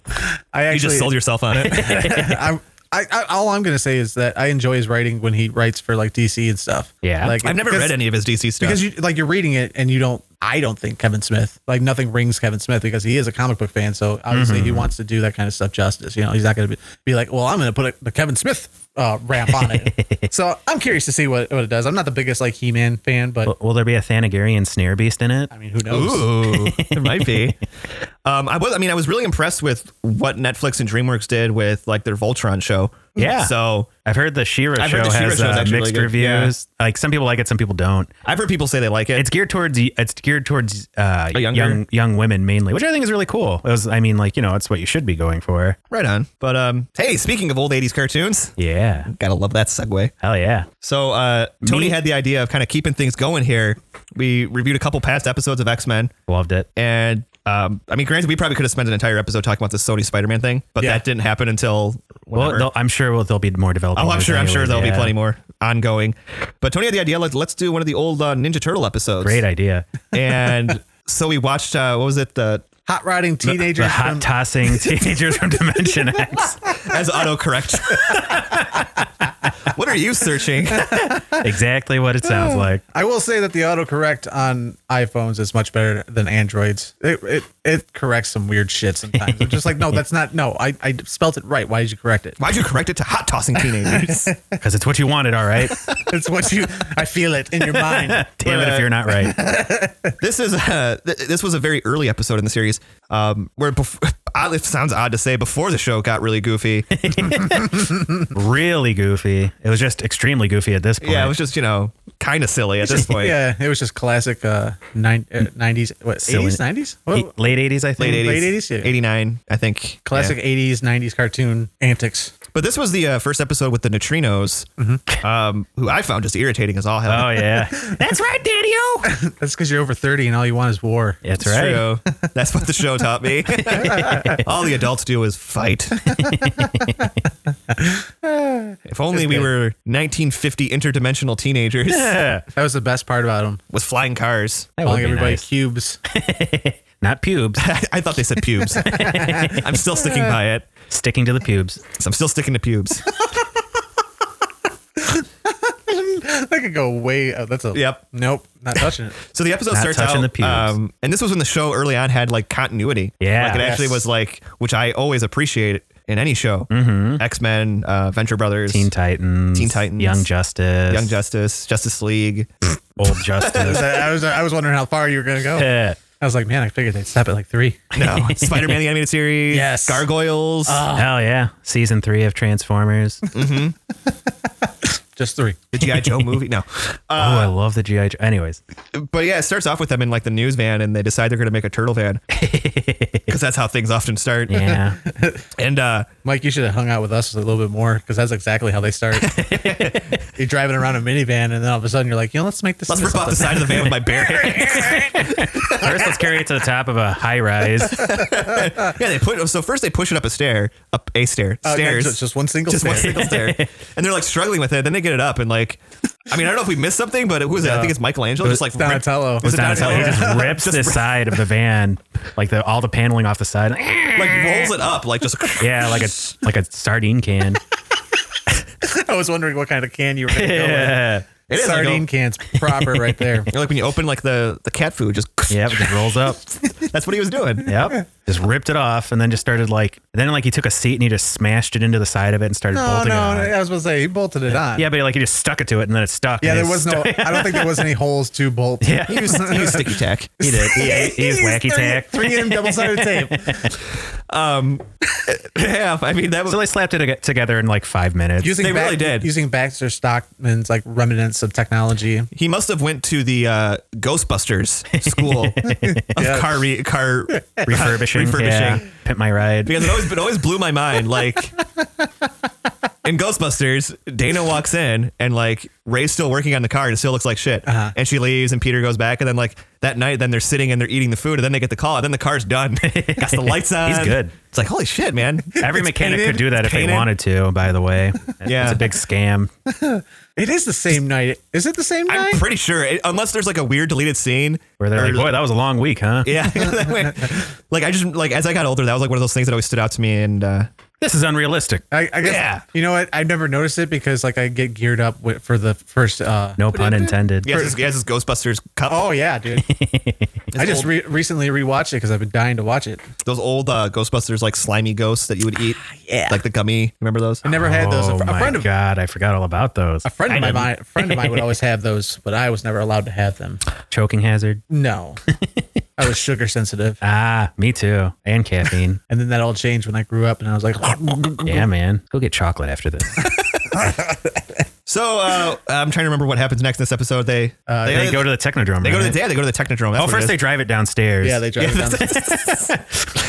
Speaker 3: I
Speaker 1: You
Speaker 3: actually
Speaker 1: just sold yourself on
Speaker 2: *laughs*
Speaker 1: it.
Speaker 3: *laughs* I, I, I all I'm gonna say is that I enjoy his writing when he writes for like DC and stuff.
Speaker 2: Yeah.
Speaker 3: like
Speaker 1: I've never
Speaker 3: because-
Speaker 1: read any of his DC stuff.
Speaker 3: because you like you're reading it and you don't. I don't think Kevin Smith like nothing rings Kevin Smith because he is a comic book fan, so obviously
Speaker 2: Mm-hmm.
Speaker 3: he wants to do that kind of stuff justice. You know, he's not gonna be, be like, well, I'm gonna put a, the Kevin Smith uh, rap on
Speaker 2: *laughs*
Speaker 3: it. so I'm curious to see what, what it does. I'm not the biggest like He-Man fan, but
Speaker 2: Will there be a Thanagarian snare beast in it?
Speaker 3: I mean, who knows?
Speaker 1: Ooh, there might be. *laughs* Um, I was. I mean, I was really impressed with what Netflix and DreamWorks did with like their Voltron show.
Speaker 2: Yeah.
Speaker 1: So
Speaker 2: I've heard the Shira
Speaker 1: I've
Speaker 2: show
Speaker 1: heard the She-Ra
Speaker 2: has
Speaker 1: show's
Speaker 2: uh,
Speaker 1: actually
Speaker 2: mixed
Speaker 1: really good. Yeah.
Speaker 2: reviews. Like some people like it, some people don't.
Speaker 1: I've heard people say they like it.
Speaker 2: It's geared towards it's geared towards uh,
Speaker 1: A younger-
Speaker 2: young young women mainly, which I think is really cool. It was, I mean, like you know, it's what you should be going for.
Speaker 1: right on. But um, hey, speaking of old '80s cartoons,
Speaker 2: Yeah,
Speaker 1: gotta love that segue.
Speaker 2: hell yeah.
Speaker 1: So uh, Tony
Speaker 2: Me-
Speaker 1: had the idea of kind of keeping things going here. We reviewed a couple past episodes of X Men,
Speaker 2: Loved it.
Speaker 1: and um, I mean, granted, we probably could have spent an entire episode talking about the Sony Spider-Man thing, but
Speaker 3: Yeah.
Speaker 1: that didn't happen until.
Speaker 2: Well,
Speaker 1: whenever.
Speaker 2: they'll- I'm sure well, there'll be more development.
Speaker 1: Oh, I'm sure. I'm sure there'll be plenty more ongoing. But Tony had the idea. Like, let's do one of the old uh, Ninja Turtle episodes.
Speaker 2: Great idea.
Speaker 1: And so we watched. Uh, what was it? The
Speaker 3: Hot riding *laughs* teenagers.
Speaker 2: The
Speaker 3: from-
Speaker 2: hot
Speaker 3: *laughs*
Speaker 2: tossing teenagers from Dimension X.
Speaker 1: as autocorrect. *laughs* what are you searching?
Speaker 2: Exactly what it sounds like.
Speaker 3: I will say that the autocorrect on iPhones is much better than Androids. It it, it corrects some weird shit sometimes. I'm just like, no, that's not. No, I, I spelt it right. Why did you
Speaker 2: *laughs*
Speaker 3: correct it?
Speaker 1: Why'd you correct it to hot tossing teenagers?
Speaker 2: Because it's what you wanted, all right?
Speaker 3: It's what you. I feel it in your mind.
Speaker 2: Damn it if you're not right.
Speaker 1: this is uh th- this was a very early episode in the series. Um, where bef- *laughs* oddly, it sounds odd to say before the show got really goofy.
Speaker 2: Really goofy. It was just extremely goofy at this point.
Speaker 1: yeah, it was just you know kind of silly at
Speaker 3: *laughs*
Speaker 1: this point.
Speaker 3: Yeah, it was just classic uh, nine, uh 90s, what,
Speaker 2: Silly.
Speaker 3: 80s, 90s?
Speaker 2: E-
Speaker 3: What,
Speaker 2: late 80s, I think.
Speaker 1: Late 80s,
Speaker 3: Late 80s, yeah.
Speaker 1: 89, I think.
Speaker 3: classic 80s, 90s cartoon antics. *laughs*
Speaker 1: But this was the uh, first episode with the neutrinos, um, who I found just irritating as all hell.
Speaker 2: Mm-hmm.
Speaker 1: *laughs*
Speaker 2: Oh, yeah. That's right, Daddy-O.
Speaker 3: That's because you're over 30 and all you want is war.
Speaker 2: That's
Speaker 1: It's
Speaker 2: right.
Speaker 1: *laughs*
Speaker 2: *laughs*
Speaker 1: true. That's what the show taught me. all the adults do is
Speaker 2: *laughs*
Speaker 1: fight. if only we
Speaker 3: good.
Speaker 1: were 1950 interdimensional
Speaker 2: *laughs*
Speaker 1: teenagers
Speaker 2: Yeah.
Speaker 3: That was the best part about him.
Speaker 1: with flying cars. *laughs*
Speaker 2: That would
Speaker 3: Calling
Speaker 2: be
Speaker 3: everybody
Speaker 2: nice.
Speaker 3: cubes. *laughs*
Speaker 2: Not pubes.
Speaker 1: I thought they said
Speaker 2: *laughs*
Speaker 1: pubes. I'm still sticking by it.
Speaker 2: Sticking to the pubes.
Speaker 1: So I'm still sticking to pubes.
Speaker 3: that could go way. Oh, that's a.
Speaker 1: Yep.
Speaker 3: Nope. Not touching it.
Speaker 1: So the episode
Speaker 2: Not
Speaker 1: starts
Speaker 2: touching
Speaker 1: out,
Speaker 2: the pubes.
Speaker 1: Um, and this was when the show early on had like continuity.
Speaker 2: Yeah.
Speaker 1: like it
Speaker 2: Yes.
Speaker 1: actually was like, which I always appreciate in any show. X Men, uh, Venture Brothers,
Speaker 2: Mm-hmm. Teen Titans.
Speaker 1: Teen Titans.
Speaker 2: Young Justice.
Speaker 1: Young Justice, Justice
Speaker 2: *laughs*
Speaker 1: League.
Speaker 2: Old
Speaker 1: *laughs*
Speaker 2: Justice.
Speaker 3: I was I was wondering how far you were gonna go.
Speaker 2: Yeah.
Speaker 3: I was like, man, I figured they'd stop at like three.
Speaker 1: No, Spider Man the animated series.
Speaker 3: Yes.
Speaker 1: Gargoyles.
Speaker 2: Hell yeah. Season three of Transformers.
Speaker 1: Mm.
Speaker 3: Just three.
Speaker 1: the GI
Speaker 2: *laughs*
Speaker 1: Joe movie. No, Uh,
Speaker 2: oh, I love the G.I. Joe. Anyways,
Speaker 1: but yeah, it starts off with them in like the news van, and they decide they're going to make a turtle
Speaker 2: *laughs*
Speaker 1: van because that's how things often start. *laughs*
Speaker 2: yeah.
Speaker 1: And uh,
Speaker 3: Mike, you should have hung out with us a little bit more because that's exactly how
Speaker 1: *laughs*
Speaker 3: they start. you're driving around a minivan, and then all of a sudden you're like, you know, let's make this.
Speaker 1: let's
Speaker 3: into
Speaker 1: rip off the
Speaker 3: something.
Speaker 1: side of the van with my
Speaker 2: *laughs*
Speaker 1: bare hands.
Speaker 2: First, let's carry it to the top of a
Speaker 1: *laughs*
Speaker 2: high rise.
Speaker 1: Yeah, they put. So first they push it up a stair, up a stair,
Speaker 3: Uh, yeah,
Speaker 1: stairs.
Speaker 3: just, just one single
Speaker 1: just
Speaker 3: stair.
Speaker 1: one single *laughs* stair. And they're like struggling with it. Then they get it up and like, I mean, I don't know if we missed something, but who was it? I think it's Michelangelo. Just like ripped-
Speaker 3: Donatello.
Speaker 1: Was it
Speaker 2: Donatello
Speaker 1: Donatello? *laughs*
Speaker 2: just rips the side of the van, like the all the paneling off the side.
Speaker 1: *laughs* Like rolls it up, like just. *laughs*
Speaker 2: Yeah, like a like a sardine can.
Speaker 3: I was wondering what kind of can you were going to go with.
Speaker 2: *laughs* Yeah,
Speaker 1: It is like a-
Speaker 3: Sardine cans, proper right there.
Speaker 1: You're like when you open like the the cat food, just. *laughs*
Speaker 2: yep, just rolls up.
Speaker 1: That's what he was doing.
Speaker 2: Yep, just ripped it off, and then just started like. Then like he took a seat and he just smashed it into the side of it and started
Speaker 3: No,
Speaker 2: bolting
Speaker 3: no,
Speaker 2: it on.
Speaker 3: I was going to say he bolted it on.
Speaker 2: Yeah, but like he just stuck it to it, and then it stuck.
Speaker 3: Yeah,
Speaker 2: and
Speaker 3: there
Speaker 2: it
Speaker 3: was no.
Speaker 2: stuck-
Speaker 3: I don't think there was any holes to bolt.
Speaker 2: Yeah,
Speaker 1: He was, he was sticky *laughs* tack.
Speaker 2: he did. He,
Speaker 3: *laughs*
Speaker 2: he used wacky tack.
Speaker 3: Three M double sided tape.
Speaker 1: Yeah, I mean that was.
Speaker 2: So they slapped it ag- together in like five minutes.
Speaker 3: Using *laughs*
Speaker 1: They really did.
Speaker 3: Using Baxter Stockman's like remnants of technology.
Speaker 1: He must have went to the uh, *laughs* Ghostbusters school of
Speaker 3: Yeah.
Speaker 1: car re- *laughs* car
Speaker 2: refurbishing,
Speaker 1: Refurbishing.
Speaker 2: yeah. pimp my ride.
Speaker 1: because it always it always blew my mind. Like in Ghostbusters, Dana walks in and like Ray's still working on the car and it still looks like shit.
Speaker 3: Uh-huh.
Speaker 1: And she leaves and Peter goes back and then like that night then they're sitting and they're eating the food and then they get the call and then the car's done. *laughs* Got the lights on.
Speaker 2: He's good.
Speaker 1: It's like holy shit, man.
Speaker 2: Every
Speaker 1: It's
Speaker 2: mechanic
Speaker 1: painted,
Speaker 2: could do that
Speaker 1: it's
Speaker 2: if they
Speaker 1: painted.
Speaker 2: wanted to. By the way,
Speaker 1: Yeah.
Speaker 2: it's a big scam.
Speaker 3: It is the same night. Is it the same night?
Speaker 1: I'm pretty sure it, unless there's like a weird deleted scene
Speaker 2: Where they're
Speaker 1: or,
Speaker 2: like, boy, that was a long week, huh?
Speaker 1: *laughs* yeah, that way- like I just like as I got older, that was like one of those things that always stood out to me. And uh,
Speaker 2: This is unrealistic.
Speaker 3: I, I guess
Speaker 1: Yeah.
Speaker 3: you know what I never noticed it because like I get geared up wi- for the first. uh
Speaker 2: No pun intended.
Speaker 1: yes, this, yes, this Ghostbusters cup,
Speaker 3: Oh yeah, dude! I just
Speaker 1: old.
Speaker 3: re- recently rewatched it because I've been dying to watch it.
Speaker 1: those old uh, Ghostbusters like slimy ghosts that you would eat, yeah, like the gummy. Remember those?
Speaker 3: I never had those. A,
Speaker 2: Oh
Speaker 3: fr- a
Speaker 2: my
Speaker 3: friend of
Speaker 2: god, I forgot all about those.
Speaker 3: a friend of
Speaker 2: I
Speaker 3: my
Speaker 2: know.
Speaker 3: mine, a friend of mine would always have those, but I was never allowed to have them.
Speaker 2: Choking hazard.
Speaker 3: *laughs* No, I was sugar sensitive,
Speaker 2: Ah, me too. And caffeine.
Speaker 3: and then that all changed when I grew up, and I was like, *laughs*
Speaker 2: yeah, man. Go get chocolate after this.
Speaker 1: So uh, I'm trying to remember what happens next in this episode. *laughs* They uh,
Speaker 2: they go to the technodrome.
Speaker 1: they go to
Speaker 2: right?
Speaker 1: the yeah, they go to the Technodrome. That's
Speaker 2: Oh,
Speaker 1: what
Speaker 2: first
Speaker 1: it
Speaker 2: they
Speaker 1: is.
Speaker 2: drive it downstairs.
Speaker 3: yeah, they drive it down.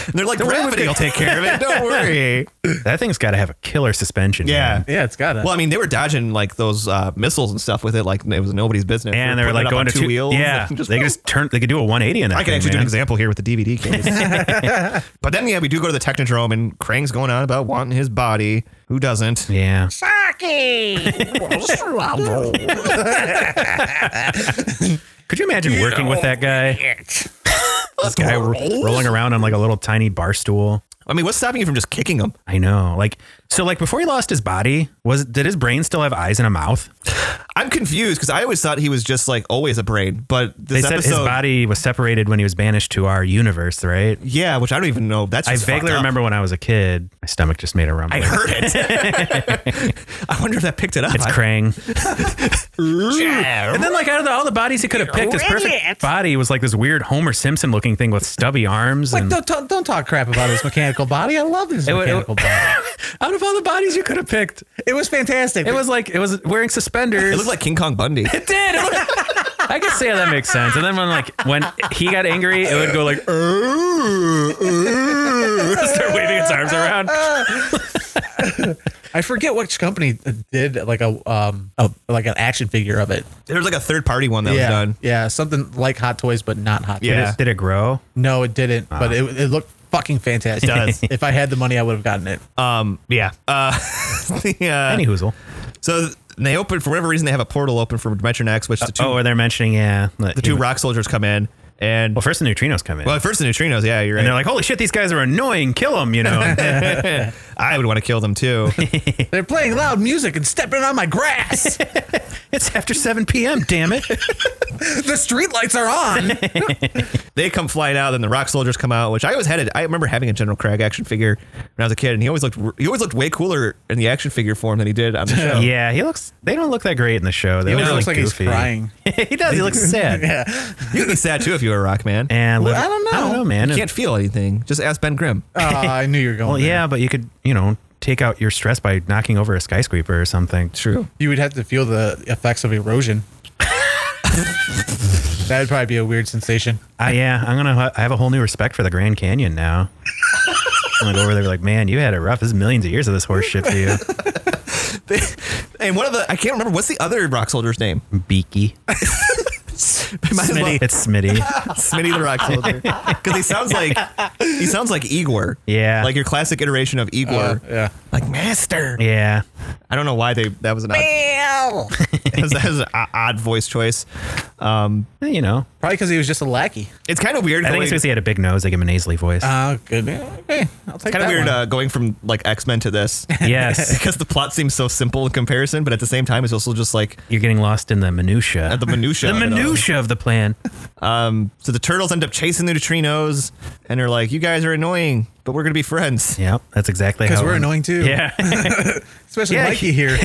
Speaker 1: And they're like gravity will take care of it. Don't worry.
Speaker 2: that thing's got to have a killer suspension.
Speaker 1: yeah.
Speaker 2: man.
Speaker 3: yeah, it's got it.
Speaker 1: Well, I mean, they were dodging like those uh, missiles and stuff with it, like it was nobody's business.
Speaker 2: and they're
Speaker 1: putting it
Speaker 2: like
Speaker 1: up
Speaker 2: going
Speaker 1: on
Speaker 2: to
Speaker 1: two, wheels.
Speaker 2: Yeah,
Speaker 1: and *laughs* just-
Speaker 2: they could just turn. They could do a 180 in that.
Speaker 1: I can
Speaker 2: thing,
Speaker 1: actually do an
Speaker 2: man.
Speaker 1: example here with the DVD case. *laughs* but then, yeah, we do go to the Technodrome, and Krang's going on about wanting his body. Who doesn't?
Speaker 2: Yeah, *laughs*
Speaker 1: *laughs*
Speaker 2: could you imagine working with that guy? This guy ro- rolling around on like a little tiny bar stool.
Speaker 1: I mean, what's stopping you from just kicking him?
Speaker 2: I know. Like so, like before he lost his body, was did his brain still have eyes and a mouth?
Speaker 1: I'm confused because I always thought he was just like always a brain, but
Speaker 2: They
Speaker 1: this
Speaker 2: said
Speaker 1: episode,
Speaker 2: his body was separated when he was banished to our universe, right?
Speaker 1: yeah, which I don't even know. That's
Speaker 2: I
Speaker 1: just
Speaker 2: vaguely
Speaker 1: fucked up.
Speaker 2: remember when I was a kid, my stomach just made a rumble.
Speaker 1: I *laughs* heard it. *laughs* I wonder if that picked it up.
Speaker 2: it's
Speaker 1: I-
Speaker 2: Krang. *laughs*
Speaker 1: Yeah.
Speaker 2: And then, like, out of the, all the bodies he could have picked, his perfect body was like this weird Homer Simpson looking thing with stubby arms.
Speaker 3: like
Speaker 2: and
Speaker 3: don't, don't don't talk crap about his mechanical body. I love his
Speaker 2: wa- it wa-
Speaker 3: mechanical body. *laughs*
Speaker 2: out of all the bodies you could have picked,
Speaker 3: It was fantastic.
Speaker 2: it was like it was wearing suspenders.
Speaker 1: It looked like King Kong Bundy.
Speaker 2: *laughs* it did. It looked- I could say that makes sense. And then when like when he got angry, it would go like *laughs* start waving its arms around.
Speaker 3: I forget which company did like a um a, like an action figure of it.
Speaker 1: There was like a third party one that
Speaker 3: yeah,
Speaker 1: was done. *laughs*
Speaker 3: yeah, something like Hot Toys, but not Hot Toys.
Speaker 1: Yeah.
Speaker 2: Did it grow?
Speaker 3: No, it didn't. But it, it looked fucking fantastic.
Speaker 1: It does.
Speaker 3: *laughs* if I had the money, I would have gotten it.
Speaker 1: Um, yeah. Uh, the, uh,
Speaker 2: Any hoozle?
Speaker 1: So they open for whatever reason they have a portal open for Dimension X, which the two
Speaker 2: Oh, or they're mentioning yeah the
Speaker 1: the two rock soldiers come in and
Speaker 2: Well, first the neutrinos come in.
Speaker 1: well, at first the neutrinos. Yeah, you're right.
Speaker 2: and they're like, "Holy shit, these guys are annoying! Kill them!" You *laughs* know,
Speaker 1: I would want to kill them
Speaker 2: *laughs*
Speaker 1: too.
Speaker 3: They're playing loud music and stepping on my grass.
Speaker 2: it's after seven p.m. Damn it!
Speaker 3: the streetlights are on.
Speaker 1: they come flying out, then the rock soldiers come out, which I always had. It. I remember having a General Craig action figure when I was a kid, and he always looked he always looked way cooler in the action figure form than he did
Speaker 2: *laughs*
Speaker 1: on the show.
Speaker 2: *laughs* Yeah, he looks. They don't look that great in the show. They
Speaker 3: It
Speaker 2: look really
Speaker 3: looks like he's
Speaker 2: goofy.
Speaker 3: crying.
Speaker 2: *laughs* he does. He looks sad.
Speaker 3: Yeah.
Speaker 1: You'd be sad too if you were a rock man.
Speaker 2: And
Speaker 3: Well,
Speaker 2: live-
Speaker 3: I don't know.
Speaker 2: I don't know, man.
Speaker 1: you can't feel anything. Just ask Ben
Speaker 2: *laughs*
Speaker 1: Grimm.
Speaker 3: Uh, I knew you were going.
Speaker 2: Well,
Speaker 3: there.
Speaker 2: yeah, but you could, you know, take out your stress by knocking over a skyscraper or something.
Speaker 1: True.
Speaker 3: You would have to feel the effects of erosion. that would probably be a weird sensation.
Speaker 2: I, yeah, I'm gonna. ha- I have a whole new respect for the Grand Canyon
Speaker 3: *laughs*
Speaker 2: now. I'm gonna go over there like, man, you had it rough. This is millions of years of this horse shit for you,
Speaker 3: *laughs*
Speaker 1: and one of the I can't remember what's the other rock soldier's name. *laughs*
Speaker 2: Beaky.
Speaker 1: Might as well-
Speaker 2: It's
Speaker 3: *laughs*
Speaker 2: Smitty.
Speaker 1: Smitty the Rock
Speaker 2: *laughs*
Speaker 1: Soldier. Because he sounds like he sounds like Igor.
Speaker 2: Yeah.
Speaker 1: Like your classic iteration of Igor.
Speaker 3: Uh, yeah.
Speaker 1: Like master.
Speaker 2: Yeah,
Speaker 1: I don't know why they that was an odd, *laughs* that was, that was an o- odd voice choice. Um,
Speaker 2: Eh, you know.
Speaker 3: Probably because he was just a lackey.
Speaker 1: it's kind of weird.
Speaker 2: I think
Speaker 1: going-
Speaker 2: it's because he had a big nose. They give him a nasally voice.
Speaker 1: *laughs*
Speaker 3: Uh, good. Okay, I'll take
Speaker 1: kind of
Speaker 3: that
Speaker 1: weird
Speaker 3: one.
Speaker 1: uh, going from like X Men to this. *laughs*
Speaker 2: yes,
Speaker 1: because the plot seems so simple in comparison, but at the same time, it's also just like
Speaker 2: you're getting lost in the minutia.
Speaker 1: the minutia.
Speaker 2: the
Speaker 1: of it all. Um,
Speaker 2: minutia of the plan.
Speaker 1: So the turtles end up chasing the neutrinos, and they're like, "You guys are annoying, but we're gonna be
Speaker 2: *laughs*
Speaker 1: friends."
Speaker 2: Yeah, that's exactly how.
Speaker 3: because we're
Speaker 2: I'm-
Speaker 3: annoying too.
Speaker 2: Yeah,
Speaker 3: especially
Speaker 2: Yeah,
Speaker 3: Mikey here.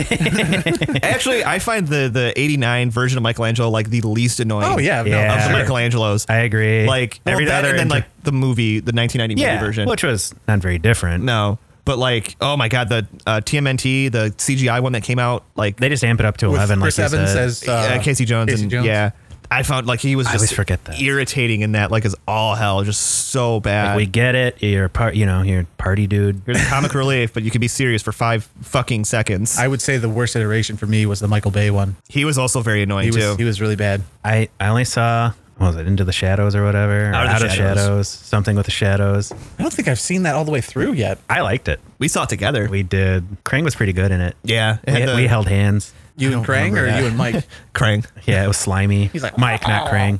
Speaker 1: Actually, I find the the '89 version of Michelangelo like the least annoying.
Speaker 3: Oh yeah, no,
Speaker 2: Yeah.
Speaker 1: of the
Speaker 2: Sure.
Speaker 1: Michelangelos.
Speaker 2: *laughs* I agree.
Speaker 1: like
Speaker 2: Well,
Speaker 1: every
Speaker 2: that
Speaker 1: other, and then
Speaker 2: inter-
Speaker 1: like the movie, the 1990
Speaker 2: yeah,
Speaker 1: movie version.
Speaker 2: which was not very different.
Speaker 1: no, but like, oh my god, the uh, TMNT, the CGI one that came out, like
Speaker 2: They just amp it up to
Speaker 3: With
Speaker 2: eleven.
Speaker 3: Chris
Speaker 2: like you
Speaker 3: Evans
Speaker 2: said.
Speaker 3: says uh,
Speaker 1: uh, Casey Jones
Speaker 3: Casey
Speaker 1: and
Speaker 3: Jones.
Speaker 1: yeah, I found like he was
Speaker 2: I
Speaker 1: just
Speaker 2: always forget that.
Speaker 1: irritating in that like is all hell just so bad.
Speaker 2: we get it. You're part. You know, you're a party dude.
Speaker 1: You're the comic relief, but you can be serious for five fucking seconds.
Speaker 3: I would say the worst iteration for me was the Michael Bay one.
Speaker 1: he was also very annoying
Speaker 3: He was
Speaker 1: too.
Speaker 3: he was really bad.
Speaker 2: I I only saw what was it Into the Shadows or whatever. or
Speaker 1: Out of the Shadows.
Speaker 2: Something with the shadows.
Speaker 3: I don't think I've seen that all the way through yet.
Speaker 2: I liked it.
Speaker 1: we saw it together.
Speaker 2: We did. Krang was pretty good in it.
Speaker 1: yeah, it
Speaker 2: We,
Speaker 1: had the-
Speaker 2: we held hands.
Speaker 3: You and Krang
Speaker 1: remember
Speaker 3: or
Speaker 1: that.
Speaker 3: you and Mike?
Speaker 1: Krang.
Speaker 2: Yeah, it was slimy. He's
Speaker 3: like,
Speaker 2: Mike, not Krang.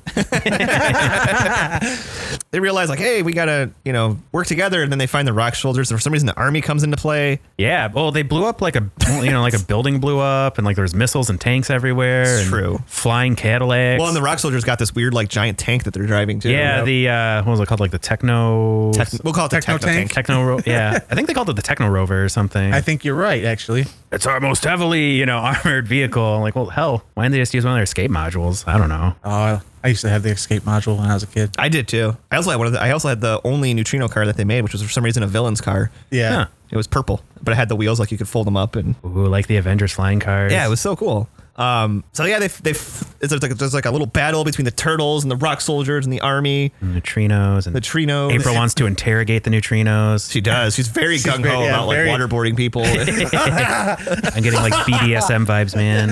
Speaker 1: They realize like, hey, we gotta you know work together, and then they find the rock shoulders, and for some reason the army comes into play.
Speaker 2: Yeah. Well, they blew up like a you
Speaker 1: *laughs*
Speaker 2: know like a building blew up, and like there was missiles and tanks everywhere.
Speaker 1: It's
Speaker 2: and
Speaker 1: true.
Speaker 2: Flying Cadillacs.
Speaker 1: Well, and the rock soldiers got this weird like giant tank that they're driving to.
Speaker 2: yeah, the uh, what was it called? Like the techno.
Speaker 1: Tec- we'll call it the
Speaker 3: Techno
Speaker 1: techno tank.
Speaker 2: Techno,
Speaker 1: *laughs*
Speaker 2: ro- yeah, I think they called it the Techno Rover or something.
Speaker 3: *laughs* I think you're right, actually.
Speaker 2: it's our most heavily, you know, *laughs* armored vehicle. I'm like, well, hell, why didn't they just use one of their escape modules? I don't know.
Speaker 3: Oh, I used to have the escape module when I was a kid.
Speaker 1: I did too. I also had one of the, I also had the only neutrino car that they made, which was for some reason a villain's car.
Speaker 3: Yeah.
Speaker 2: Huh.
Speaker 1: It was purple, but it had the wheels like you could fold them up and
Speaker 2: Ooh, like the Avengers flying cars.
Speaker 1: Yeah, it was so cool. Um, so yeah, they they it's there's like there's like a little battle between the turtles and the rock soldiers and the army,
Speaker 2: neutrinos and
Speaker 1: the Trino.
Speaker 2: April wants to interrogate the
Speaker 1: *laughs*
Speaker 2: neutrinos.
Speaker 1: She does. She's very
Speaker 3: She's
Speaker 1: gung ho
Speaker 3: very- yeah,
Speaker 1: about like
Speaker 3: very-
Speaker 1: waterboarding people. *laughs*
Speaker 2: I'm getting like BDSM vibes, man.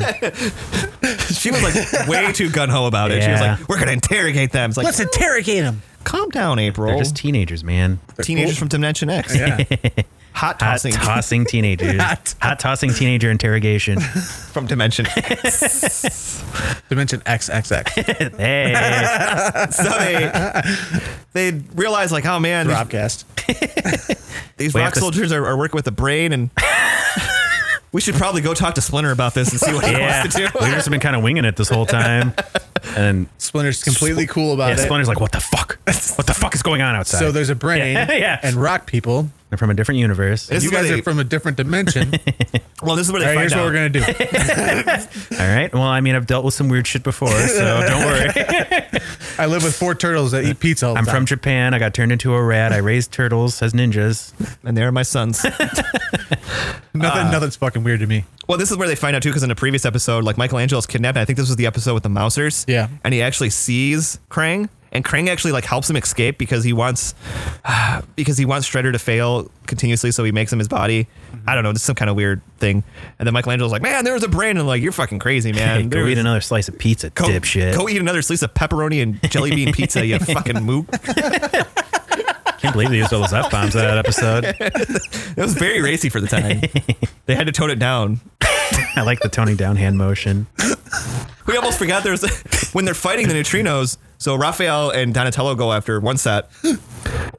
Speaker 1: she was like way too gun ho about it. She was
Speaker 2: Yeah.
Speaker 1: like, "We're gonna interrogate them." It's like,
Speaker 3: Let's interrogate him.
Speaker 1: calm down, April.
Speaker 2: They're just teenagers, man.
Speaker 1: Teenagers from Dimension X,
Speaker 3: *laughs* Yeah.
Speaker 1: hot
Speaker 2: Hot
Speaker 1: tossing *laughs*
Speaker 2: tossing teenagers.
Speaker 3: Hot-
Speaker 2: Hot tossing teenager interrogation. *laughs*
Speaker 1: from Dimension. X. *laughs*
Speaker 3: Dimension *laughs* XXX.
Speaker 2: hey,
Speaker 1: so they they realize like, oh
Speaker 3: *laughs*
Speaker 1: man, these,
Speaker 3: Robcast.
Speaker 1: these
Speaker 2: We
Speaker 1: rock
Speaker 2: have to-
Speaker 1: soldiers are, are working with the brain,
Speaker 3: *laughs*
Speaker 1: and we should probably go talk to Splinter about this and see what he
Speaker 2: yeah.
Speaker 1: wants to
Speaker 3: *laughs*
Speaker 1: do.
Speaker 2: We've just been kind of winging it this
Speaker 1: *laughs*
Speaker 2: whole time, and
Speaker 3: Splinter's completely cool about
Speaker 2: yeah,
Speaker 3: it.
Speaker 2: Splinter's like, "What the fuck? What the fuck is going on outside?"
Speaker 3: So there's a *laughs* brain
Speaker 2: Yeah, yeah.
Speaker 3: and rock people.
Speaker 2: They're from a different universe.
Speaker 1: This
Speaker 3: you
Speaker 1: is where
Speaker 3: guys
Speaker 1: they-
Speaker 3: are from a different *laughs* dimension.
Speaker 1: Well, this is where they
Speaker 3: All
Speaker 1: find
Speaker 3: right, here's
Speaker 1: out.
Speaker 3: what we're gonna do.
Speaker 2: All right. Well, I mean, I've dealt with some weird shit before, so
Speaker 1: *laughs*
Speaker 2: don't worry.
Speaker 3: I live with four turtles that eat pizza all the
Speaker 2: I'm
Speaker 3: time.
Speaker 2: from Japan. I got turned into a rat. I raised turtles as ninjas.
Speaker 1: and they're my
Speaker 3: *laughs*
Speaker 1: sons.
Speaker 3: nothing. nothing's fucking weird to *laughs* me.
Speaker 1: well, this is where they find out too, because in a previous episode, like Michelangelo's kidnapped. and I think this was the episode with the Mousers.
Speaker 3: Yeah.
Speaker 1: and he actually sees Krang, and Krang actually like helps him escape because he wants, *sighs* because he wants Shredder to fail continuously, so he makes him his body.
Speaker 3: Mm-hmm.
Speaker 1: I don't know, this is some kind of weird thing. And then Michelangelo's like, "Man, there was a brain," and I'm like, "You're fucking crazy, man."
Speaker 3: *laughs*
Speaker 2: Hey, go
Speaker 1: There
Speaker 2: eat
Speaker 1: was-
Speaker 2: another slice of pizza,
Speaker 1: go-
Speaker 2: dipshit.
Speaker 1: Go eat another slice of pepperoni and jelly bean pizza, you fucking mook.
Speaker 2: Can't believe they used all those f bombs in
Speaker 1: *laughs*
Speaker 2: that episode.
Speaker 1: It was very racy for the time. they had to tone it down.
Speaker 2: I like the toning down hand motion.
Speaker 1: We almost forgot there's when they're fighting the neutrinos. So Raphael and Donatello go after one set,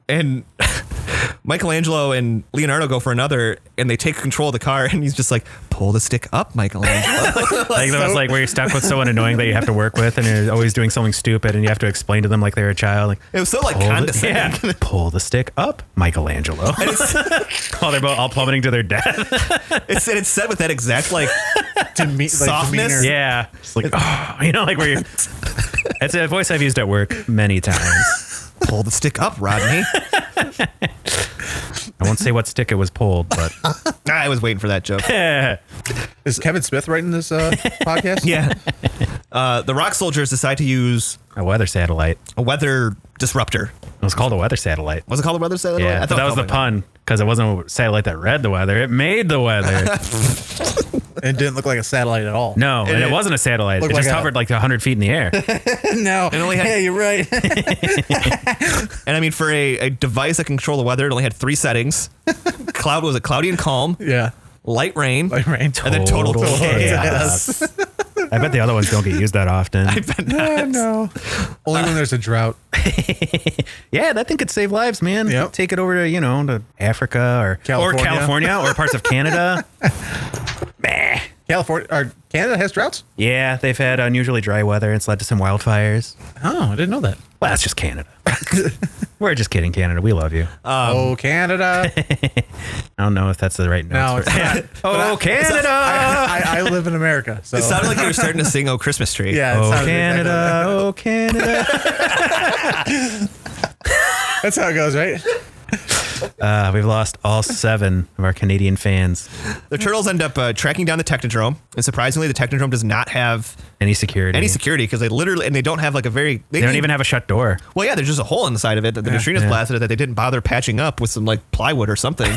Speaker 1: and *laughs* Michelangelo and Leonardo go for another, and they take control of the car. And he's just like, "Pull the stick up, Michelangelo."
Speaker 2: Like that was like where you're stuck with someone annoying that you have to work with, and you're always doing something stupid, and you have to explain to them like they're a child. Like
Speaker 1: it was so like
Speaker 2: pull the,
Speaker 1: condescending. *laughs*
Speaker 2: yeah, pull the stick up, Michelangelo. *laughs* While they're both all plummeting to their death.
Speaker 1: It's and it's said with that exact like
Speaker 3: Deme- like
Speaker 1: Softness?
Speaker 3: demeanor.
Speaker 2: Yeah, it's like oh, you know, like where you're. It's a voice I've used at work many times.
Speaker 1: "Pull the stick up, Rodney."
Speaker 2: I won't say what stick it was pulled, but
Speaker 1: I was waiting for that joke.
Speaker 3: Is Kevin Smith writing this *laughs* uh, podcast?
Speaker 1: Yeah. Uh, the rock soldiers decide to use
Speaker 2: a weather satellite.
Speaker 1: a weather disruptor.
Speaker 2: It was called a weather satellite.
Speaker 1: Was it called a weather satellite?
Speaker 2: Yeah,
Speaker 1: Oh, I
Speaker 2: but that
Speaker 1: it
Speaker 2: was the
Speaker 1: called it-
Speaker 2: pun because it wasn't a satellite that read the weather; it made
Speaker 1: *laughs*
Speaker 2: the weather.
Speaker 3: It didn't look like a satellite at all.
Speaker 2: No, and it,
Speaker 1: it
Speaker 2: wasn't a satellite. It
Speaker 3: looked
Speaker 2: just
Speaker 3: like a-
Speaker 2: hovered like 100 feet in the air.
Speaker 3: *laughs* no. It
Speaker 1: only had-
Speaker 3: yeah, you're right.
Speaker 1: And I mean, for a, a device that can control the weather, it only had three settings.
Speaker 2: *laughs*
Speaker 1: Cloud was it cloudy and calm,
Speaker 3: yeah.
Speaker 1: light rain,
Speaker 3: Like rain.
Speaker 1: and then total. *laughs*
Speaker 2: Total chaos. I bet the other ones don't get used that
Speaker 3: *laughs*
Speaker 2: often.
Speaker 3: Oh, *laughs* no. Only when there's a drought.
Speaker 2: yeah, that thing could save lives, man.
Speaker 3: Yep.
Speaker 2: Take it over to, you know, to Africa or
Speaker 3: California.
Speaker 2: or California or parts of *laughs* Canada.
Speaker 3: California or Canada has droughts?
Speaker 2: yeah, they've had unusually dry weather. It's led to some wildfires.
Speaker 3: Oh, I didn't know that.
Speaker 2: Well, that's just
Speaker 3: *laughs*
Speaker 2: Canada. We're just kidding, Canada. We love you.
Speaker 3: oh, Canada.
Speaker 2: I don't know if that's the right note.
Speaker 3: No, it's not.
Speaker 2: oh, Canada.
Speaker 3: I, I, I live in America. So
Speaker 1: It sounded like you were starting to sing "Oh Christmas Tree."
Speaker 3: yeah, it
Speaker 2: Oh,
Speaker 3: sounded exactly like
Speaker 2: Canada. Oh,
Speaker 3: *laughs*
Speaker 2: Canada.
Speaker 3: that. That's how it goes, right?
Speaker 2: Uh, we've lost all seven of our Canadian fans.
Speaker 1: The turtles end up uh, tracking down the Technodrome, and surprisingly, the Technodrome does not have
Speaker 2: Any security?
Speaker 1: any security because they literally and they don't have like a very they,
Speaker 2: They don't even have a shut door.
Speaker 1: well yeah there's just a hole in the side of it that the neutrinos blasted it that they didn't bother patching up with some like plywood or
Speaker 2: *laughs*
Speaker 1: something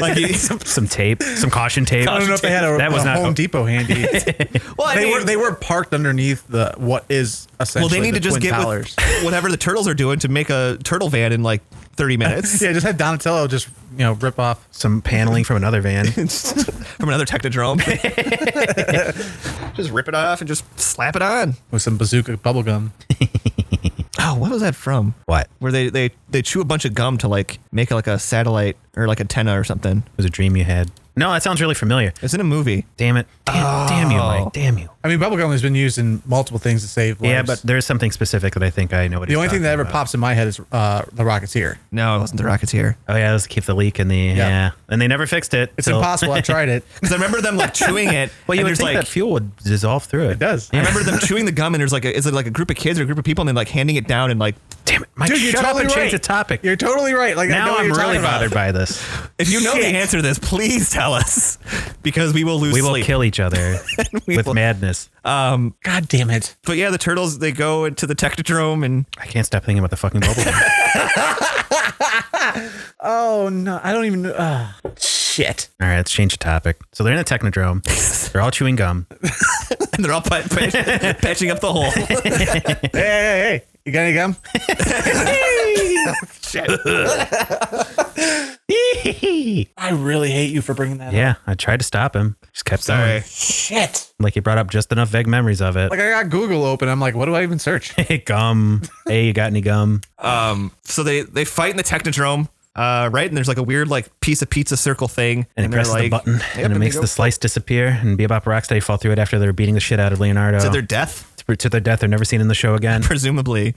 Speaker 1: like
Speaker 3: *laughs*
Speaker 1: you-
Speaker 2: Some tape, some caution tape.
Speaker 3: I don't know if they had a,
Speaker 2: that was
Speaker 3: a
Speaker 2: not
Speaker 3: Home Depot handy.
Speaker 1: well I
Speaker 3: they
Speaker 1: mean-
Speaker 3: were they were parked underneath the what is essentially
Speaker 1: well they need
Speaker 3: the
Speaker 1: to just
Speaker 3: Twin
Speaker 1: get
Speaker 3: Towers.
Speaker 1: with *laughs* whatever the turtles are doing to make a turtle van in like
Speaker 2: *laughs*
Speaker 1: 30 minutes
Speaker 3: yeah, just had Donatello just you know rip off.
Speaker 2: some paneling from another
Speaker 3: *laughs*
Speaker 1: *laughs*
Speaker 2: van.
Speaker 1: from another
Speaker 2: *laughs*
Speaker 1: technodrome just rip it off and just slap it on
Speaker 3: with some bazooka bubble gum.
Speaker 1: oh what was that from
Speaker 2: what? It
Speaker 1: where they they they chew a bunch of gum to like make like a satellite or like antenna or something
Speaker 2: was a dream you had. No, that sounds really familiar.
Speaker 1: it's in a movie
Speaker 2: Damn it. Damn, damn you,
Speaker 3: Oh.
Speaker 2: Mike. Damn you.
Speaker 3: I mean, bubble gum has been used in multiple things to save lives.
Speaker 2: Yeah, but there's something specific that I think I know what
Speaker 3: the
Speaker 2: he's
Speaker 3: only thing
Speaker 2: talking
Speaker 3: that ever
Speaker 2: about.
Speaker 3: pops in my head is uh, the Rocketeer.
Speaker 1: no it wasn't the rocketeer
Speaker 2: Oh, yeah, let's keep the leak in the. Yeah. And they never fixed it.
Speaker 3: It's impossible. I tried *laughs* it.
Speaker 1: Because I remember them
Speaker 2: *laughs*
Speaker 1: like chewing it.
Speaker 2: Well, *laughs* you
Speaker 1: and
Speaker 2: would
Speaker 1: there's,
Speaker 2: think
Speaker 1: like,
Speaker 2: that fuel would dissolve through it. It
Speaker 3: does.
Speaker 1: I remember them chewing the gum, and there's like a, is it like a group of kids or a group of people, and then like handing it down and like
Speaker 2: Damn it. Mike,
Speaker 3: Dude, you're
Speaker 2: shut up
Speaker 3: totally
Speaker 2: and
Speaker 3: right.
Speaker 2: change the topic.
Speaker 3: You're totally right. Like I know
Speaker 2: now
Speaker 3: what
Speaker 2: I'm
Speaker 3: you're
Speaker 2: really
Speaker 3: talking about.
Speaker 2: bothered by
Speaker 3: *laughs*
Speaker 2: this.
Speaker 1: if you know the answer to this, please tell us *laughs* because we will lose.
Speaker 2: We will
Speaker 1: sleep.
Speaker 2: kill each
Speaker 3: *laughs*
Speaker 2: other
Speaker 1: We
Speaker 2: with
Speaker 1: will-
Speaker 2: madness.
Speaker 3: God damn it!
Speaker 1: But yeah, the turtles they go into the technodrome and
Speaker 2: I can't stop thinking about the fucking
Speaker 3: *laughs*
Speaker 2: bubble.
Speaker 3: Oh no, I don't even. Uh, shit.
Speaker 2: all right, let's change the topic. So they're in the technodrome.
Speaker 1: *laughs*
Speaker 2: They're all chewing gum.
Speaker 1: and they're all pat- pat- *laughs* patching up the hole.
Speaker 3: Hey, hey, hey! You got any gum? *laughs* I really hate you for bringing that. up.
Speaker 2: yeah, I tried to stop him. Just kept
Speaker 1: Sorry,
Speaker 2: going. Like he brought up just enough vague memories of it.
Speaker 3: Like I got Google open. I'm like, what do I even *laughs* search?
Speaker 2: hey, *laughs* gum. Hey, you got
Speaker 1: *laughs*
Speaker 2: any gum?
Speaker 1: so they they fight in the technodrome. Uh, right, and there's like a weird like piece of pizza circle thing,
Speaker 2: And, it
Speaker 1: they're
Speaker 2: presses the
Speaker 1: like-
Speaker 2: button
Speaker 1: Yep,
Speaker 2: and it
Speaker 1: they
Speaker 2: makes
Speaker 1: go
Speaker 2: the slice disappear. And Bebop and Rocksteady fall through it after they're beating the shit out of Leonardo.
Speaker 1: to their death. *laughs*
Speaker 2: to their death. They're never seen in the show again.
Speaker 1: Presumably,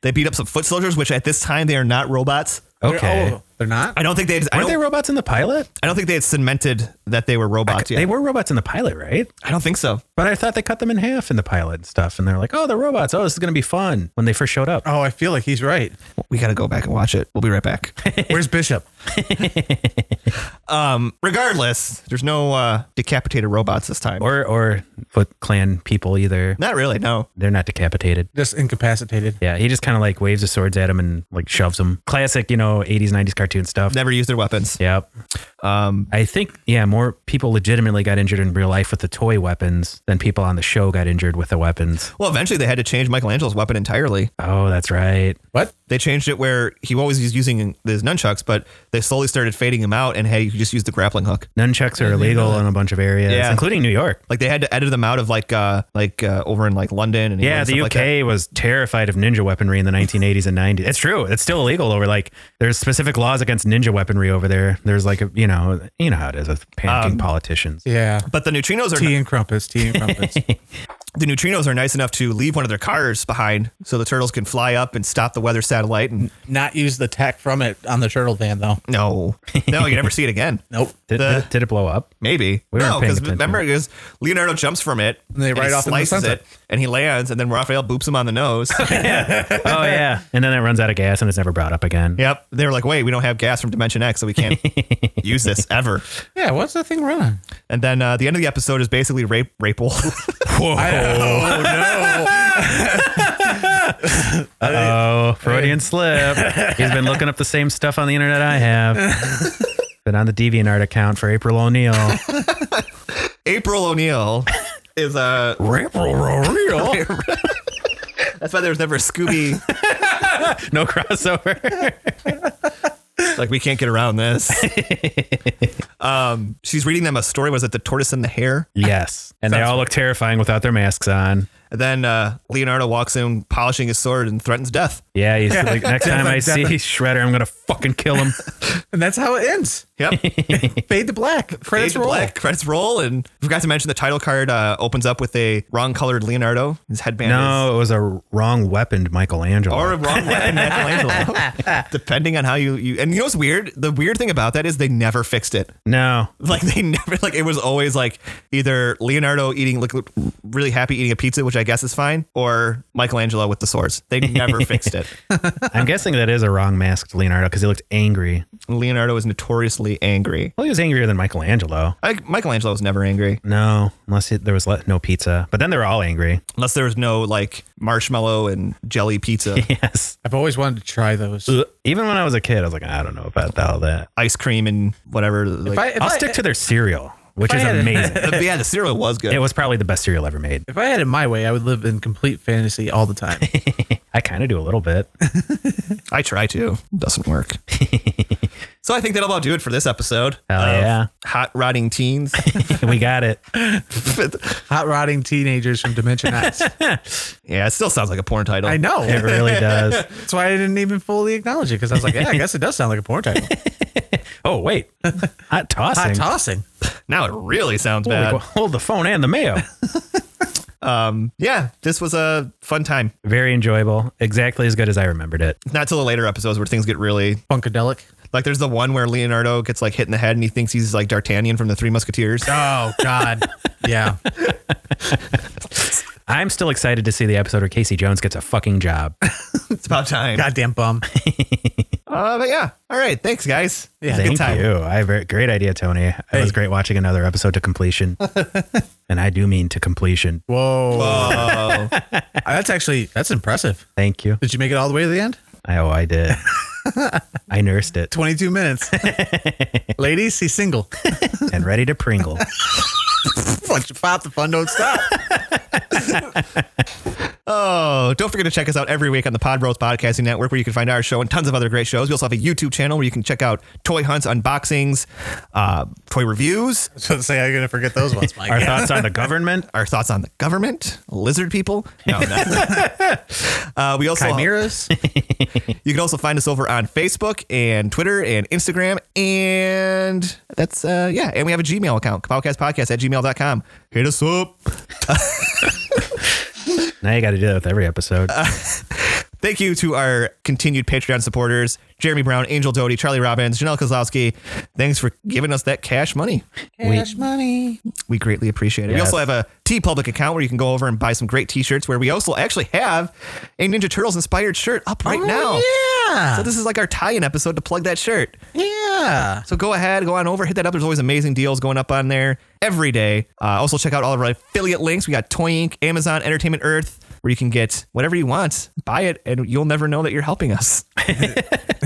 Speaker 1: they beat up some foot soldiers, which at this time they are not robots.
Speaker 2: Okay.
Speaker 3: Oh, they're not.
Speaker 1: I don't think they. I
Speaker 2: Weren't
Speaker 1: don't,
Speaker 2: they robots in the pilot?
Speaker 1: I don't think they had cemented that they were robots yet.
Speaker 2: They were robots in the pilot, right?
Speaker 1: I don't think so.
Speaker 2: But I thought they cut them in half in the pilot and stuff. And they're like, oh, they're robots. Oh, this is going to be fun when they first showed up.
Speaker 3: Oh, I feel like he's right.
Speaker 1: We got to go back and watch it. We'll be right back.
Speaker 3: Where's *laughs* Bishop?
Speaker 1: *laughs* Regardless, there's no uh, decapitated robots this time.
Speaker 2: Or, or Foot Clan people either.
Speaker 1: not really. No.
Speaker 2: They're not decapitated.
Speaker 3: Just incapacitated.
Speaker 2: Yeah, he just kind of like waves his swords at him and like shoves him. Classic, you know, 80s, 90s cartoon stuff.
Speaker 1: Never use their weapons.
Speaker 2: Yep. Um, I think, yeah, more people legitimately got injured in real life with the toy weapons than people on the show got injured with the weapons.
Speaker 1: Well, eventually they had to change Michelangelo's weapon entirely.
Speaker 2: Oh, that's right.
Speaker 3: What?
Speaker 1: They changed it where he always was using his nunchucks, but they slowly started fading him out and hey, you could just use the grappling hook.
Speaker 2: Nunchucks are illegal in a bunch of areas,
Speaker 1: Yeah.
Speaker 2: including New York.
Speaker 1: Like they had to edit them out of like uh like uh, over in like London and
Speaker 2: Yeah,
Speaker 1: England and
Speaker 2: the
Speaker 1: stuff
Speaker 2: UK
Speaker 1: like that.
Speaker 2: was terrified of ninja weaponry in the 1980s and 90s. It's true. It's still illegal over like there's specific laws against ninja weaponry over there. There's like a, you know, you know how it is with panicking
Speaker 1: Um,
Speaker 2: politicians.
Speaker 3: Yeah.
Speaker 1: But the neutrinos are
Speaker 3: Tea and crumpets. Tea and *laughs* crumpets.
Speaker 1: the neutrinos are nice enough to leave one of their cars behind so the turtles can fly up and stop the weather satellite and
Speaker 3: Not use the tech from it on the turtle van though.
Speaker 1: no. No, you never see it
Speaker 2: *laughs*
Speaker 1: again.
Speaker 3: Nope.
Speaker 2: Did,
Speaker 1: The-
Speaker 2: did, did it blow up?
Speaker 1: Maybe.
Speaker 2: We weren't
Speaker 1: no,
Speaker 2: paying
Speaker 1: because
Speaker 2: attention.
Speaker 1: remember, because Leonardo jumps from it,
Speaker 3: And they ride
Speaker 1: he
Speaker 3: off into the
Speaker 1: slices
Speaker 3: sunset.
Speaker 1: it, and he lands, and then Raphael boops him on the
Speaker 2: *laughs*
Speaker 1: nose.
Speaker 2: Oh *laughs* yeah, and then it runs out of gas and it's never brought up again.
Speaker 1: yep. They were like, "Wait, we don't have gas from Dimension X, so we *laughs* can't use this ever."
Speaker 3: Yeah. What's that thing running?
Speaker 1: And then uh, the end of the episode is basically rape, rapal.
Speaker 3: Oh no.
Speaker 2: Oh, Freudian slip. He's been looking up the same stuff on the internet I have. *laughs* Been on the DeviantArt account for April *laughs* O'Neil.
Speaker 1: *laughs* April O'Neil is a. Uh,
Speaker 2: April O'Neil.
Speaker 1: *laughs* that's why there was never a Scooby.
Speaker 2: No crossover.
Speaker 1: like we can't get around *laughs* this. um, she's reading them a story. Was it the tortoise and the hare?
Speaker 2: yes, and they all look terrifying without their masks on.
Speaker 1: And then uh, Leonardo walks in, polishing his sword, and threatens death.
Speaker 2: Yeah, he's *laughs* like, next time I see
Speaker 3: definitely.
Speaker 2: Shredder, I'm gonna fucking kill him.
Speaker 3: *laughs* and that's how it ends.
Speaker 1: *laughs* Yep.
Speaker 3: Fade to black.
Speaker 1: Fade
Speaker 3: Credits
Speaker 1: to
Speaker 3: roll.
Speaker 1: black. Credits roll, and forgot to mention the title card uh, opens up with a wrong-colored Leonardo. His headband is
Speaker 2: *laughs* no, it was a wrong weaponed Michelangelo.
Speaker 1: or a wrong weapon, Michelangelo. *laughs* Depending on how you, you and you know what's weird? The weird thing about that is they never fixed it. *laughs*
Speaker 2: no,
Speaker 1: Like they never like it was always like either Leonardo eating like really happy eating a pizza, which which I guess is fine, or Michelangelo with the swords. They never fixed it.
Speaker 2: I'm guessing that is a wrong masked Leonardo because he looked angry.
Speaker 1: Leonardo is notoriously angry.
Speaker 2: Well, he was angrier than Michelangelo.
Speaker 1: I, Michelangelo was never angry
Speaker 2: No, unless it, there was le- no pizza. But then they were all angry.
Speaker 1: unless there was no like marshmallow and jelly pizza,
Speaker 2: Yes.
Speaker 3: I've always wanted to try those.
Speaker 2: Even when I was a kid, I was like, I don't know about all that.
Speaker 1: ice cream and whatever. Like,
Speaker 3: If I, if
Speaker 2: I'll
Speaker 3: I-
Speaker 2: stick to their cereal, which
Speaker 3: I
Speaker 2: is
Speaker 3: had a-
Speaker 2: amazing.
Speaker 1: But yeah, the cereal was good.
Speaker 2: it was probably the best cereal ever made.
Speaker 3: if I had it my way, I would live in complete fantasy all the time.
Speaker 2: I kind of do a little bit. *laughs*
Speaker 1: I try to. Doesn't work. *laughs* so I think that'll about do it for this episode.
Speaker 2: Hell
Speaker 1: of
Speaker 2: yeah.
Speaker 1: Hot rotting teens. *laughs*
Speaker 2: we got it.
Speaker 3: Hot rotting teenagers from Dimension X.
Speaker 1: yeah, it still sounds like a porn title.
Speaker 3: I know.
Speaker 2: It really does.
Speaker 3: That's why I didn't even fully acknowledge it because I was like, yeah, I guess it does sound like a porn title.
Speaker 2: Oh, wait. Hot tossing.
Speaker 3: Hot tossing.
Speaker 1: Now it really sounds
Speaker 2: Holy
Speaker 1: bad.
Speaker 2: qu- Hold the phone and the mayo.
Speaker 1: Yeah, this was a fun time.
Speaker 2: Very enjoyable. Exactly as good as I remembered it.
Speaker 1: Not till the later episodes where things get really
Speaker 3: Funkadelic.
Speaker 1: like. There's the one where Leonardo gets like hit in the head and he thinks he's like D'Artagnan from the Three *laughs* Musketeers.
Speaker 3: Oh, God. yeah.
Speaker 2: *laughs* I'm still excited to see the episode where Casey Jones gets a fucking job.
Speaker 1: It's about time.
Speaker 3: Goddamn bum.
Speaker 1: Uh, but yeah, all right. Thanks, *laughs* guys.
Speaker 3: *laughs* Yeah.
Speaker 2: Thank
Speaker 3: Good time.
Speaker 2: you. I very, great idea, Tony. It was great watching another episode to
Speaker 3: *laughs*
Speaker 2: completion. and I do mean to completion.
Speaker 3: Whoa. that's actually, that's impressive.
Speaker 2: Thank you.
Speaker 3: Did you make it all the way to the end?
Speaker 2: I- Oh, I did. I nursed it
Speaker 3: 22 minutes. Ladies, he's single. *laughs*
Speaker 2: and ready to Pringle.
Speaker 3: Once you pop, the fun don't stop.
Speaker 1: Oh, don't forget to check us out every week on the Pod Bros Podcasting Network, where you can find our show and tons of other great shows. We also have a YouTube channel where you can check out toy hunts, unboxings, uh, toy reviews,
Speaker 3: *laughs* So say I'm gonna forget those ones,
Speaker 1: *laughs*
Speaker 3: Mike.
Speaker 2: Our thoughts on the government,
Speaker 1: our thoughts on the government, lizard people. No, no. uh, we also
Speaker 3: Chimeras.
Speaker 1: you can also find us over on Facebook and Twitter and Instagram, and that's uh, yeah. And we have a Gmail account, podcast at gmail.com. Hit us up.
Speaker 2: now you got to do that with every episode.
Speaker 1: Thank you to our continued Patreon supporters, Jeremy Brown, Angel Doty, Charlie Robbins, Janelle Kozlowski. Thanks for giving us that cash money.
Speaker 3: Cash money.
Speaker 1: We greatly appreciate it. We
Speaker 2: Yes.
Speaker 1: also have a T Public account where you can go over and buy some great t-shirts where we also actually have a Ninja Turtles inspired shirt up right now.
Speaker 3: Oh, Yeah.
Speaker 1: So this is like our tie-in episode to plug that shirt.
Speaker 3: yeah.
Speaker 1: So go ahead, go on over, hit that up. There's always amazing deals going up on there every day. Uh, also check out all of our affiliate links. We got Toy Inc., Amazon, Entertainment Earth, where you can get whatever you want, buy it, and you'll never know that you're helping us. *laughs* you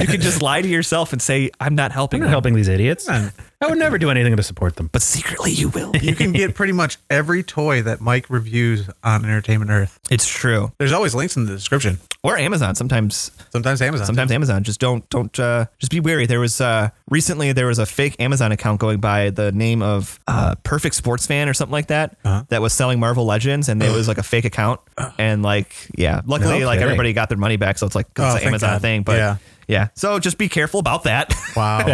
Speaker 1: can just lie to yourself and say, I'm not helping
Speaker 2: I'm
Speaker 1: them.
Speaker 2: not helping these idiots. I would never do anything to support them.
Speaker 1: But secretly you will.
Speaker 3: You can get pretty much every toy that Mike reviews on Entertainment Earth.
Speaker 1: *laughs* it's true.
Speaker 3: There's always links in the description.
Speaker 1: Or Amazon. Sometimes
Speaker 3: Sometimes Amazon.
Speaker 1: sometimes Amazon. Just don't don't uh, just be wary. There was uh, recently there was a fake Amazon account going by the name of uh, Perfect Sports Fan or something like that that was selling Marvel Legends, and it was like a fake account. And like yeah, luckily
Speaker 2: No
Speaker 1: like
Speaker 2: kidding.
Speaker 1: everybody got their money back, so it's like 'cause
Speaker 3: Oh,
Speaker 1: it's an
Speaker 3: thank
Speaker 1: Amazon
Speaker 3: God.
Speaker 1: thing. But yeah.
Speaker 3: Yeah.
Speaker 1: so just be careful about that.
Speaker 3: Wow.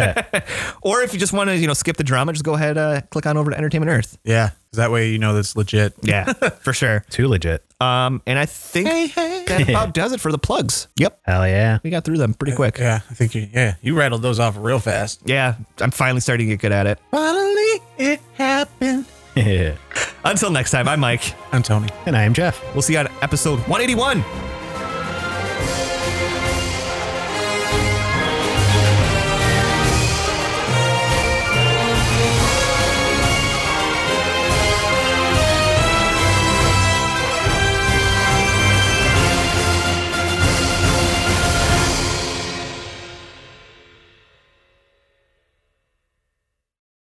Speaker 1: *laughs* or if you just want to you know skip the drama, just go ahead uh, click on over to Entertainment Earth.
Speaker 3: yeah. 'Cause That way you know that's legit.
Speaker 1: *laughs* Yeah, for sure.
Speaker 2: Too legit.
Speaker 1: Um, and I think that about does it for the plugs. Yep,
Speaker 2: Hell yeah. *laughs*
Speaker 1: we got through them pretty quick.
Speaker 3: Yeah. I think you. Yeah. You rattled those off real fast.
Speaker 1: Yeah, I'm finally starting to get good at it.
Speaker 3: Finally, it happened.
Speaker 2: and
Speaker 1: Until next time, I'm Mike.
Speaker 3: I'm Tony.
Speaker 2: I'm Jeff.
Speaker 1: We'll see you on episode 181.